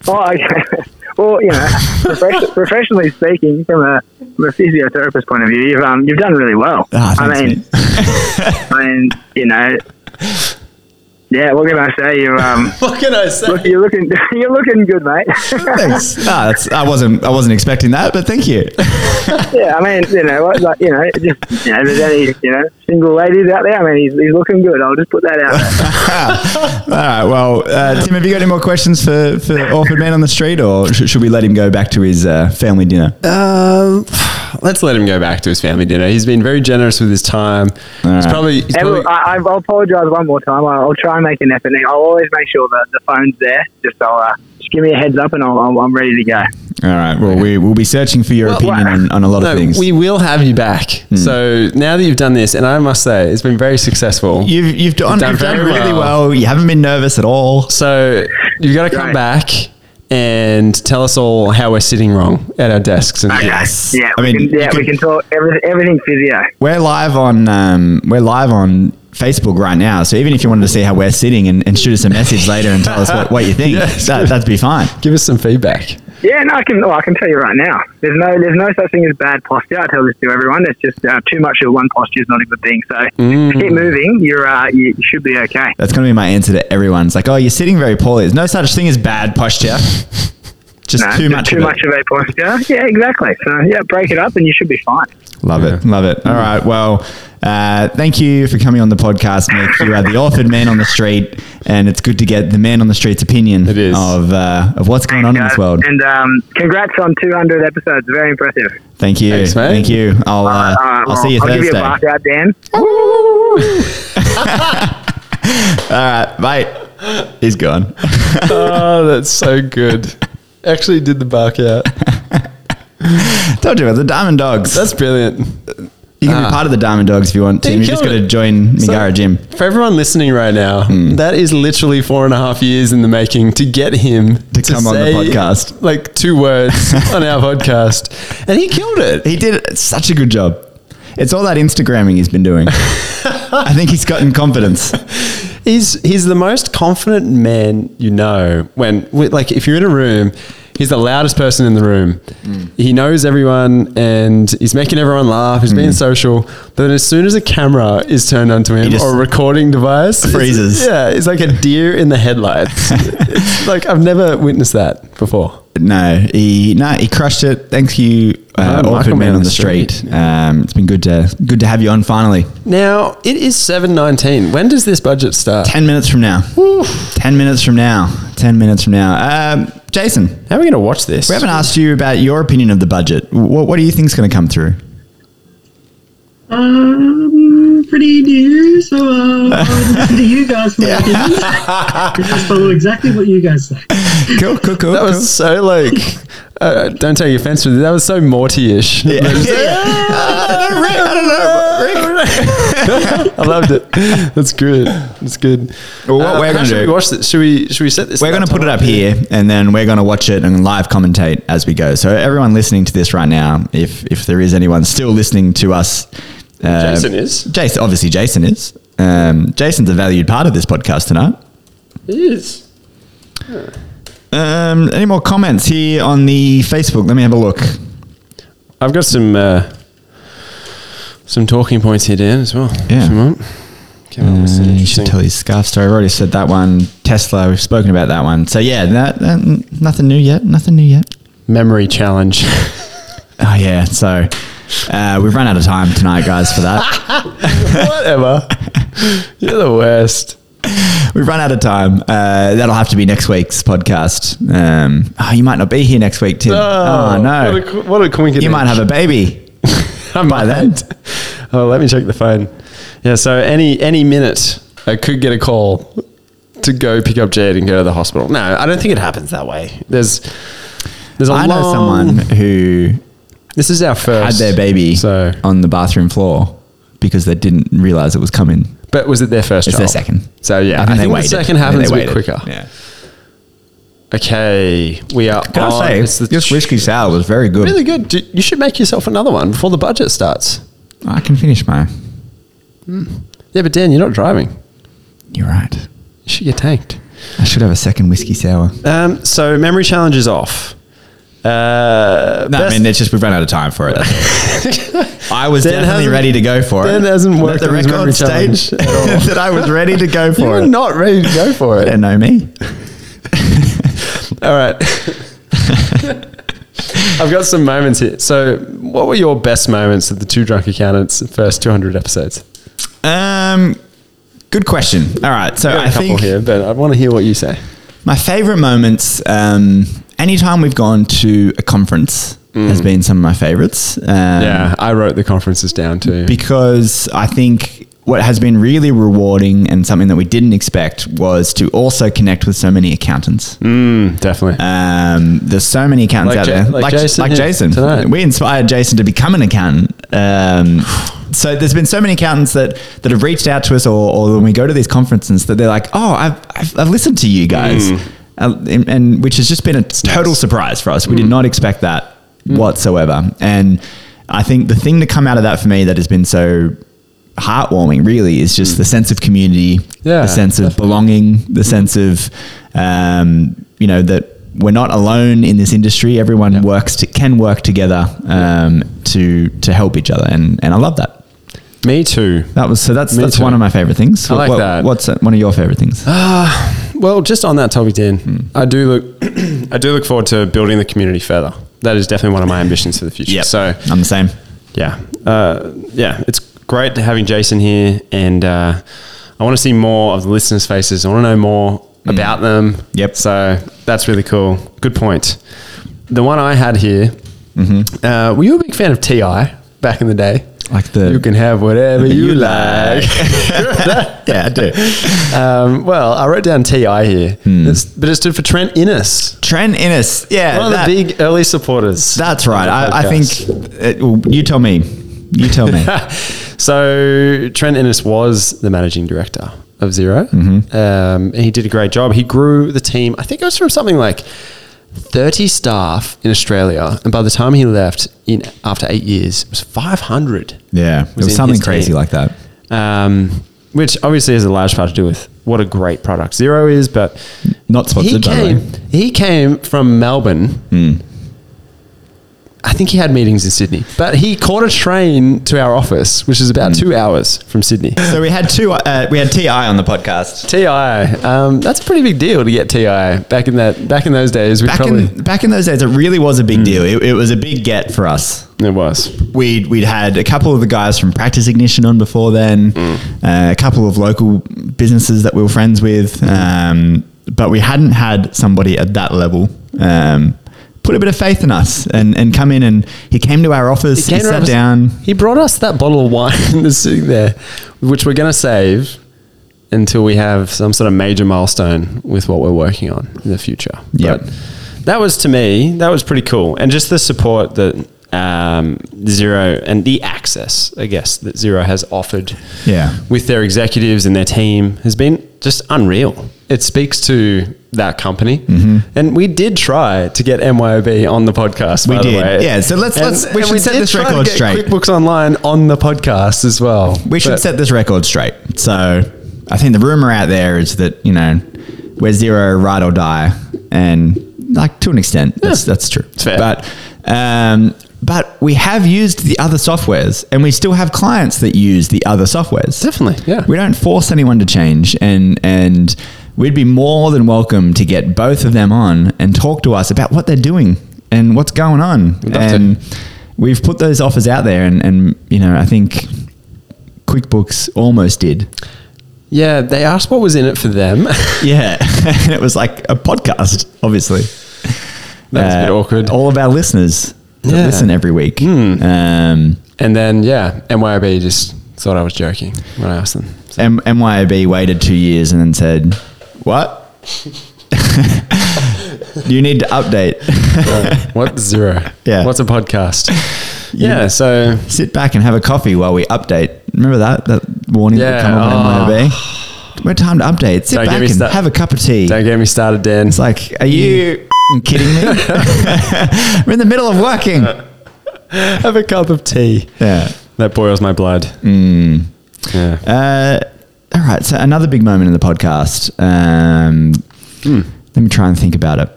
Oh, okay. well, you know, profession, professionally speaking, from a, from a physiotherapist point of view, you've um, you've done really well. Ah, thanks, I mean, I mean, you know, yeah. What can I say? You're um, what can I say? look, you're looking you're looking good, mate. Thanks. Ah, that's, I wasn't I wasn't expecting that, but thank you. yeah, I mean, you know, what, like you know, just you know, there's any you know single ladies out there. I mean, he's, he's looking good. I'll just put that out. there. Ah, All right. Well, uh, Tim, have you got any more questions for, for Orphan Man on the Street, or sh- should we let him go back to his uh, family dinner? Um, let's let him go back to his family dinner. He's been very generous with his time. He's right. probably. He's And probably look, I, I apologise one more time. I'll, I'll try and make an effort. I'll always make sure that the phone's there. Just so uh, just give me a heads up, and I'll, I'll, I'm ready to go. All right. Well, we we'll be searching for your opinion on, on a lot no, of things. Hmm. we will have you back. So now that you've done this, and I must say, it's been very successful. You've you've done, done you've done very really well. well. You haven't been nervous at all. so you've got to come Right. back and tell us all how we're sitting wrong at our desks. And Ah, Yes. Yeah, I we mean, can, yeah, you we can- can talk every, everything physio. We're live on um, we're live on Facebook right now. So even if you wanted to see how we're sitting and, and shoot us a message later and tell us what, what you think, that, that'd be fine. give us some feedback. Yeah, no, I can. Well, I can tell you right now. There's no, there's no such thing as bad posture. I tell this to everyone. It's just uh, too much of one posture is not a good thing. So Mm. keep moving. You're, uh, you, you should be okay. That's going to be my answer to everyone's like, oh, you're sitting very poorly. There's no such thing as bad posture. Just No, too just much. too of it. much of a posture. Yeah, exactly. So yeah, break it up, and you should be fine. Love it. Love it. All right. Well, uh, thank you for coming on the podcast, Nick. You are the authored man on the street, and it's good to get the man on the street's opinion is. of uh, of what's going on in this Guys, world. And um, congrats on 200 episodes. Very impressive. Thank you. Thanks, mate. Thank you. I'll uh, All right, I'll well, see you I'll give you a Thursday. blast out, Dan. All right, mate. He's gone. oh, that's so good. Actually, did the bark out. Told you about the Diamond Dogs. That's brilliant. you can be part of the Diamond Dogs if you want, Tim. You just got killed to it. join So, Mingara Gym. For everyone listening right now, Hmm. that is literally four and a half years in the making to get him To come on the say, podcast. Like two words on our podcast. And he killed it. He did such a good job. It's all that Instagramming he's been doing. I think he's gotten confidence. He's he's the most confident man you know. When we- like if you're in a room, he's the loudest person in the room. Mm. He knows everyone and he's making everyone laugh. He's Mm. being social. But then as soon as a camera is turned onto him just or a recording device, it's- freezes. yeah, it's like a deer in the headlights. it's like I've never witnessed that before. No, he no, he crushed it. Thank you, uh, Orphan Oh, Michael Man on the Street. Um, it's been good to good to have you on finally. Now it is seven nineteen. When does this budget start? Ten minutes from now. Ten minutes from now. Ten minutes from now. Um, Jason, How are we going to watch this? we haven't asked you about your opinion of the budget. What, what do you think's going to come through? Um, pretty new, so uh, I'll listen to you guys for yeah. Just follow exactly what you guys say. Cool, cool, cool. That was so like. Uh, don't take offense with it. That was so Morty-ish. Yeah. I don't know, Rick, I don't know, Rick. I loved it. That's good. That's good. Well, what we're how gonna should do- We watch this? Should we? Should we set this? We're going to put it up here, and then we're going to watch it and live commentate as we go. So everyone listening to this right now, if if there is anyone still listening to us, uh, Jason is. Jason obviously Jason is. Um, Jason's a valued part of this podcast tonight. It is. Um, any more comments here Uh, on the Facebook? Let me have a look. I've got some. Uh, Some talking points here, Dan, as well. Yeah. If you want. Came up with some Uh, you interesting- should tell your scarf story. I've already said that one. Tesla, we've spoken about that one. So yeah, that, that n- nothing new yet. Nothing new yet. memory challenge. Oh yeah. So uh, we've run out of time tonight, guys. For that, Whatever. You're the worst. we've run out of time. Uh, that'll have to be next week's podcast. Um, oh, you might not be here next week, Tim. Oh, no. What a, co- what a coincidence. you might have a baby. I might. then. Oh, let me check the phone. Yeah, so any any minute I could get a call to go pick up Jade and go to the hospital. No, I don't think it happens that way. There's there's a I know long- someone who This is our had first. their baby So, on the bathroom floor because they didn't realize it was coming. but was it their first? It's their child? second. So yeah, I think, they the waited. second I think happens a they bit waited. quicker. Yeah. Okay, we are. Can on- I Oh, it's say, the this whiskey sour was very good. Really good. Do- You should make yourself another one before the budget starts. I can finish mine. Yeah, but Dan, you're not driving. You're right. You should get tanked. I should have a second whiskey sour. Um, so memory challenge is off. No, Uh, best- I mean it's just we've run out of time for it. that's all. I was Dan definitely hasn't- ready to go for it. Dan hasn't Let worked the on his record memory challenge stage that I was ready to go you for were it. not ready to go for You it. don't know me. All right. I've got some moments here. So, what were your best moments of the Two Drunk Accountants first 200 episodes? Um, good question. All right, so I've got I a couple think here, but I want to hear what you say. My favorite moments, um, anytime we've gone to a conference, has been some of my favorites. Um, Mm. yeah, I wrote the conferences down too. Because I think what has been really rewarding and something that we didn't expect was to also connect with so many accountants. Definitely. Um, there's so many accountants out Like Ja- there, like Jason like here Jason. tonight. We inspired Jason to become an accountant. Um, so there's been so many accountants that that have reached out to us, or, or when we go to these conferences, that they're like, "Oh, I've I've, I've listened to you guys," Mm. Uh, and, and which has just been a total surprise for us. We Mm. did not expect that whatsoever. And I think the thing to come out of that for me that has been so heartwarming really is just the sense of community Mm. Yeah, the sense of belonging the sense of um, you know that we're not alone in this industry everyone works to, can work together um, to to help each other and and I love that Me too. that was so that's Me that's too. one of my favorite things I like What- that. Ah, what's uh, one of your favorite things Well, just on that topic, Dan, I do look, I do look forward to building the community further. That is definitely one of my ambitions for the future. So, I'm the same yeah, uh, yeah, it's great having Jason here, and uh, I want to see more of the listeners' faces. I want to know more about them. Mm. Yep. So that's really cool. Good point. The one I had here, Mm-hmm. uh, were you a big fan of Ti back in the day? Like the- you can have whatever You you like. yeah I do um, well, I wrote down Ti here, It's- but it stood for Trent Innes. Trent Innes Hmm. yeah One of that- the big early supporters. that's right I, I think uh, well, you tell me you tell me so Trent Innes was the managing director of 0 Mm-hmm. Um, he did a great job. He grew the team. I think it was from something like 30 staff in Australia, and by the time he left in after eight years, it was 500. yeah it Was was in something his crazy team. like that Um, which obviously has a large part to do with what a great product Zero is, but Not sponsored, he by the way. Hmm. came, he came from Melbourne. I think he had meetings in Sydney, but he caught a train to our office, which is Hmm. about two hours from Sydney. So we had two. Uh, we had Ti on the podcast Ti, um, that's a pretty big deal to get Ti back in that back in those days. We back probably in back in those days. It really was a big deal. It, it was a big get for us. it was We'd we'd had a couple of the guys from Practice Ignition on before then, uh, a couple of local businesses that we were friends with, um, but we hadn't had somebody at that level. Um, Put a bit of faith in us and, and come in and he came to our office, he, Came to sat us- down. He brought us that bottle of wine that's sitting there, which we're going to save until we have some sort of major milestone with what we're working on in the future. Yep. But that was to me, that was pretty cool. And just the support that um, Zero and the access, I guess, that Zero has offered Yeah. with their executives and their team has been just unreal. It speaks to that company. And we did try to get MYOB on the podcast. Mm-hmm. We by the did. way. Yeah, so let's- let's- we should set did this try to record get straight. QuickBooks Online on the podcast as well. We should But set this record straight. So I think the rumor out there is that, you know, we're zero, ride or die. And like to an extent, that's, that's true. fair. But um, But we have used the other softwares and we still have clients that use the other softwares. Definitely, yeah. We don't force anyone to change and and we'd be more than welcome to get both of them on and talk to us about what they're doing and what's going on. We'd love to. And we've put those offers out there and, and you know, I think QuickBooks almost did. Yeah, they asked what was in it for them. Yeah. and it was like a podcast, obviously. That was a bit Uh, awkward. All of our listeners that Yeah. Hmm. listen every week. Um, and then, yeah, NYOB just thought I was joking when I asked them. So, M- MYOB waited two years and then said, What? you need to update. what zero? Yeah. What's a podcast? Yeah. yeah, so Sit back and have a coffee while we update. Remember that? That warning that Yeah, come up oh. at MYOB? We're time to update. Sit Don't get back me and sta- have a cup of tea. don't get me started, Dan. it's like, are you f***ing kidding me? We're in the middle of working. have a cup of tea. Yeah. That boils my blood. Mm. Yeah. Uh, all right. So another big moment in the podcast. Um, Hmm. Let me try and think about it.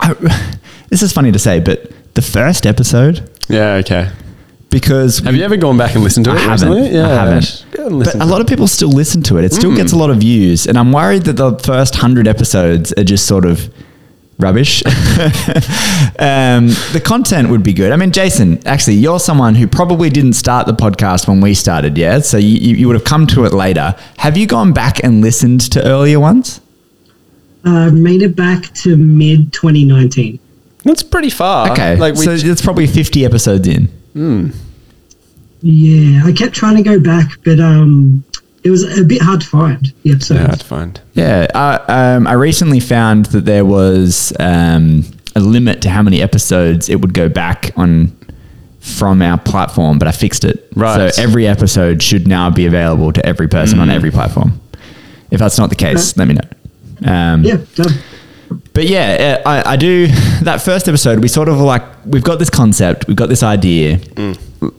I, this is funny to say, but the first episode yeah, okay. because Have you ever gone back and listened to it I recently? haven't. Yeah, I haven't. Go and But listen a to Hmm. lot of people still listen to it. It still gets a lot of views, and I'm worried that the first hundred episodes are just sort of rubbish. um, the content would be good. I mean, Jason, actually, you're someone who probably didn't start the podcast when we started, yeah. So you, you, you would have come to it later. Have you gone back and listened to earlier ones? Uh, made it back to mid 2019. That's pretty far. Okay, Uh, Like we so it's probably 50 episodes in. Yeah, I kept trying to go back, but um, it was a bit hard to find the episode. yeah, I'd find. Yeah, I, um, I recently found that there was um, a limit to how many episodes it would go back on from our platform, but I fixed it. Right. So every episode should now be available to every person on every platform. If that's not the case, let me know. Um, Yeah, done. but yeah, uh, I, I do that first episode. We sort of like we've got this concept, we've got this idea,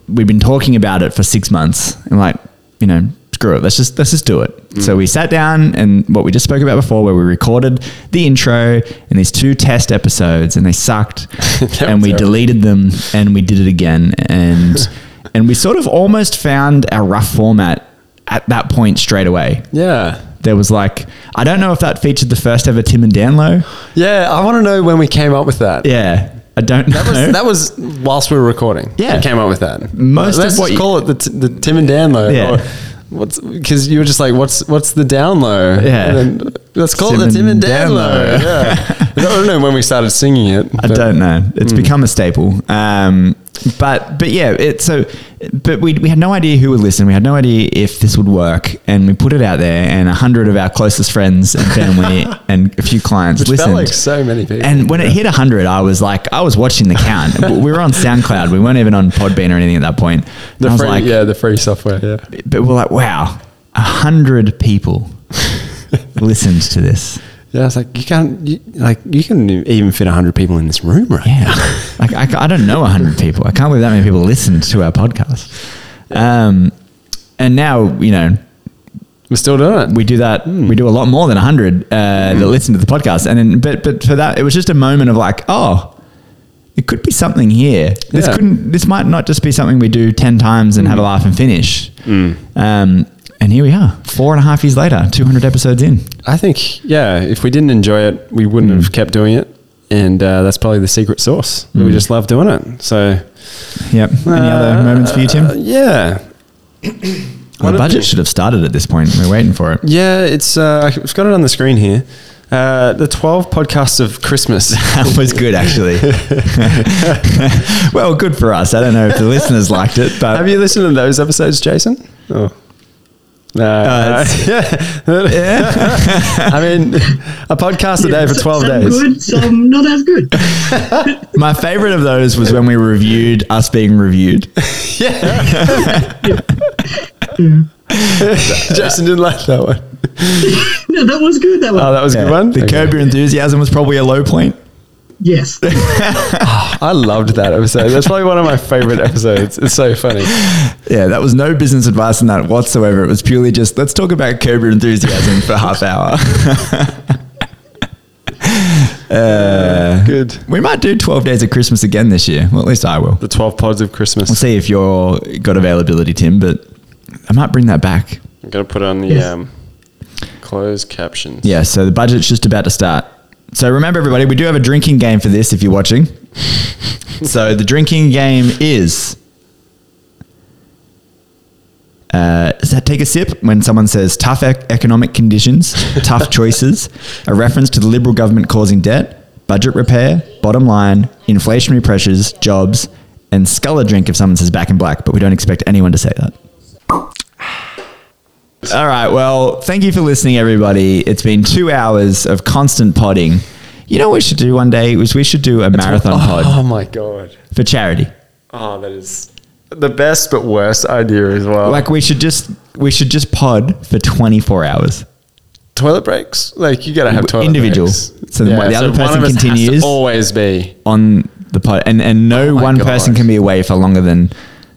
we've been talking about it for six months, and like you know, screw it, let's just let's just do it. So we sat down and what we just spoke about before, where we recorded the intro and these two test episodes, and they sucked, They were and we terrible. deleted them, and we did it again, and and we sort of almost found our rough format at that point straight away. Yeah. There was like, I don't know if that featured the first ever Tim and Danlow. Yeah, I want to know when we came up with that. Yeah, I don't know. That was, that was whilst we were recording. Yeah. we came up with that. Most Let's of what just you- call it the, t- the Tim and Dan low. Yeah. Or what's because you were just like, what's what's the down low? Yeah. And then, let's call Tim it the Tim and and Dan, down low. low. Yeah. I don't know when we started singing it. I don't know. It's Hmm. become a staple. Um, but but yeah, it so but we we had no idea who would listen. We had no idea if this would work, and we put it out there, and a hundred of our closest friends and family and a few clients Which listened. felt like so many people. And when it hit 100, I was like, I was watching the count. we were on SoundCloud. We weren't even on Podbean or anything at that point. And the I was free, like, yeah, the free software. Yeah. but we're like, wow, 100 people listened to this. Yeah. It's like you can't you, like you can even fit hundred people in this room right Yeah. now. like, I, ca- I don't know 100 people. I can't believe that many people listened to our podcast. Um, and now, you know, We're still doing it. we do that. Hmm. We do a lot more than 100 uh, that listen to the podcast. And then, but, but for that, it was just a moment of like, oh, it could be something here. This Yeah. Hmm. couldn't, this might not just be something we do 10 times and have a laugh and finish. Um, and here we are, four and a half years later, 200 episodes in. I think, yeah, if we didn't enjoy it, we wouldn't have kept doing it. And uh, that's probably the secret sauce. We just love doing it. So, Yep. Any other moments for you, Tim? uh, yeah. Well, the budget should have started at this point. We're waiting for it. Yeah, it's, uh, I've got it on the screen here. Uh, the 12 podcasts of Christmas. That was good, actually. well, good for us. I don't know if the listeners liked it, but have you listened to those episodes, Jason? Uh, Oh. No, it's- yeah. I mean, a podcast a day for twelve some days. good, some not as good. my favorite of those was when we reviewed us being reviewed. Jason didn't like that one. no, that was good. That one. Oh, that was a good one. The Curb Your Enthusiasm was probably a low point. yes. I loved that episode. That's probably one of my favorite episodes. It's so funny. Yeah, that was no business advice in that whatsoever. It was purely just let's talk about Curb Your Enthusiasm for half hour. Uh, Good. We might do 12 days of Christmas again this year. Well, at least I will. The 12 pods of Christmas. We'll see if you're got availability, Tim, but I might bring that back. I'm going to put on the um, closed captions. Yeah, so the budget's just about to start. So remember, everybody, we do have a drinking game for this if you're watching. so the drinking game is. Uh, does that take a sip when someone says tough ec- economic conditions, tough choices, a reference to the Liberal government causing debt, budget repair, bottom line, inflationary pressures, jobs, and scull a drink if someone says back in black, but we don't expect anyone to say that. All right. Well, thank you for listening, everybody. It's been two hours of constant podding. You know what we should do one day is we should do a marathon pod Oh my god. for charity. Oh, that is the best but worst idea as well. Like we should just we should just pod for twenty four hours. toilet breaks. Like you gotta have toilet Individual. breaks. So then what- the other person one of us has to continues. always be. on the pod, and and no Oh my one person God. can be away for longer than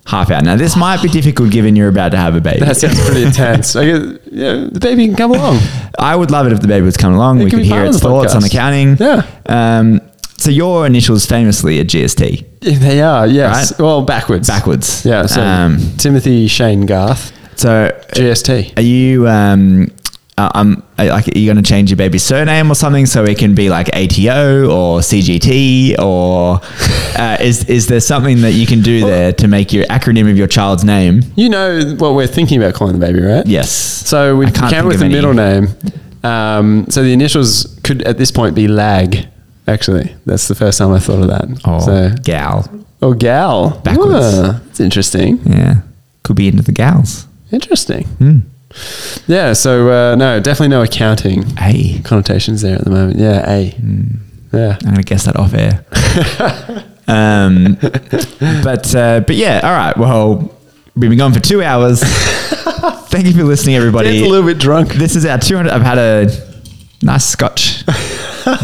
half hour. Now this might be difficult given you're about to have a baby. That sounds pretty intense. I guess, yeah, the baby can come along. I would love it if the baby was coming along. we can could be hear part of its the thoughts on podcast. accounting. Yeah. Um, so your initials famously are GST Yeah, they are. Yes. Right. Well, backwards. backwards. Yeah. So um, Timothy Shane Garth, so GST. are you um, uh, um are, like are you going to change your baby's surname or something so it can be like ATO or CGT or uh, is is there something that you can do there to make your acronym of your child's name? You know what we're thinking about calling the baby, right? Yes. So we I can't think came up with of the any. middle name. Um, so the initials could at this point be Lag. Actually, that's the first time I thought of that. Oh, so, gal. oh Gal. Backwards. Ah, It's interesting. Yeah. Could be into the gals. Hmm. Interesting. Yeah. So uh, no, definitely no accounting Hey, connotations there at the moment. Yeah. A. Hmm. Yeah. I'm going to guess that off air. um, but, uh, but yeah, all right. Well, we've been gone for two hours. Thank you for listening, everybody. It's a little bit drunk. This is our 200. I've had a nice scotch,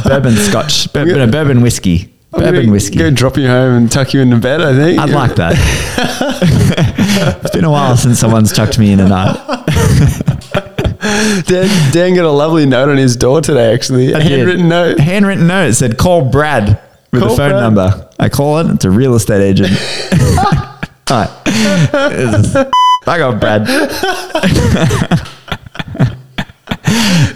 bourbon scotch, bur- no, bourbon whiskey. I'm Bourbon gonna whiskey. Go drop you home and tuck you into bed. I think. I'd like that. it's been a while since someone's chucked me in a night. Dan, Dan got a lovely note on his door today. Actually, a handwritten note. Handwritten note said, call Brad with Call a phone Brad. number. I call it. It's a real estate agent. All right. This is- I got Brad.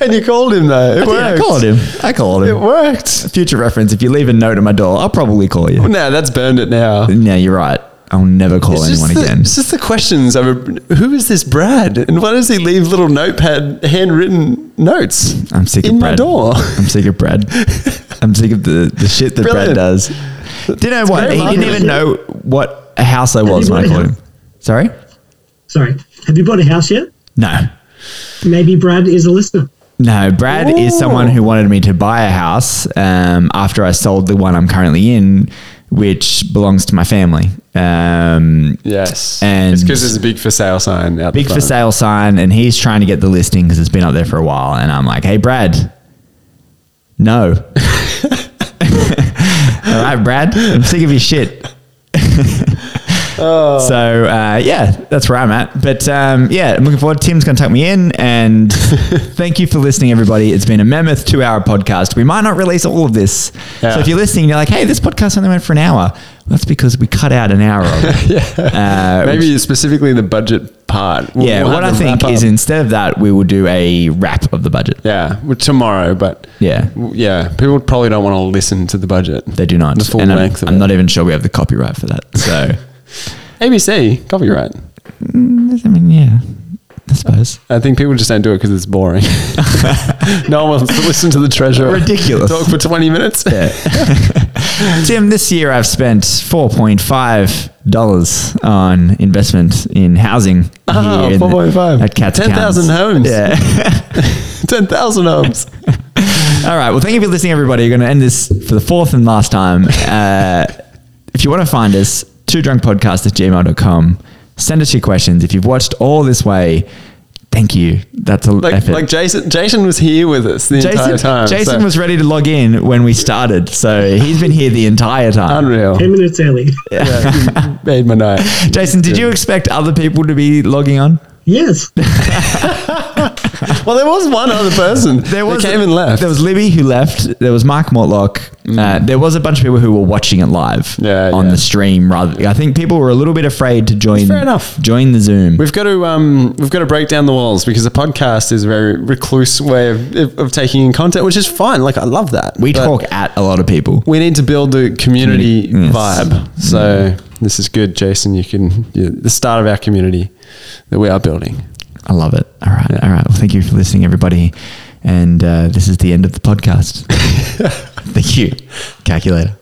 And you called him though. It Yeah, I worked. called him. I called It him. worked. Future reference, if you leave a note at my door, I'll probably call you. Oh, No, that's burned it now. No, you're right. I'll never call It's just anyone the, again. It's just the questions. Of, who is this Brad? And why does he leave little notepad handwritten notes? I'm sick in of my Brad. door. I'm sick of Brad. I'm sick of the, the shit that Brilliant. Brad does. Do you know what? great He didn't marketing. even know what a house I was when I called him. Sorry? Sorry. Have you bought a house yet? No. Maybe Brad is a listener. No, Brad is someone who wanted me to buy a house um, after I sold the one I'm currently in, which belongs to my family. Um, Yes, And- it's because there's a big for sale sign out. the big for front. sale sign, and he's trying to get the listing because it's been up there for a while. And I'm like, hey, Brad, no. All right, Brad, I'm sick of your shit. Oh. So uh, yeah, that's where I'm at. But um, yeah, I'm looking forward. Tim's going to tuck me in, and thank you for listening, everybody. It's been a mammoth two-hour podcast. We might not release all of this, so Yeah. if you're listening, you're like, "Hey, this podcast only went for an hour." That's because we cut out an hour of it. yeah. uh, which- Maybe specifically the budget part. We'll- yeah, we'll what I have to think wrap is up. instead of that, we will do a wrap of the budget. yeah well, tomorrow, but Yeah. W- yeah, people probably don't want to listen to the budget. They do not. the full and I'm- length. I'm, of it. not even sure we have the copyright for that. So, ABC copyright. I mean, yeah, I suppose. I think people just don't do it because it's boring. no one wants to listen to the treasurer Ridiculous. talk for twenty minutes. Tim, this year I've spent $4.5 on investment in housing. Ah, here in the- 4.5. At Cats 10,000 Accounts. homes. Yeah. Ten thousand homes. All right. Well, thank you for listening, everybody. We're going to end this for the fourth and last time. Uh, if you want to find us, two drunk podcast at gmail.com. Send us your questions. If you've watched all this way, thank you. That's a Like effort. like Jason. Jason was here with us the entire Jason, time. Jason so- was ready to log in when we started, so he's been here the entire time. unreal. 10 minutes early. Yeah, made my night. Jason, did you expect other people to be logging on? Yes. well, there was one other person. There was that came and left. Mm. There was Libby who left. There was Mark Mortlock. Uh, there was a bunch of people who were watching it live Yeah, on yeah. the stream. Rather, I think people were a little bit afraid to join. fair enough. Join the Zoom. We've got to um, we've got to break down the walls because a podcast is a very recluse way of, of, of taking in content, which is fine. Like I love that. we But talk at a lot of people. We need to build the community Communi- yes. Mm. vibe. So this is good, Jason. You can you the start of our community that we are building. I love it. All right, all right. Well, thank you for listening, everybody. And uh, this is the end of the podcast. thank you. Calculator.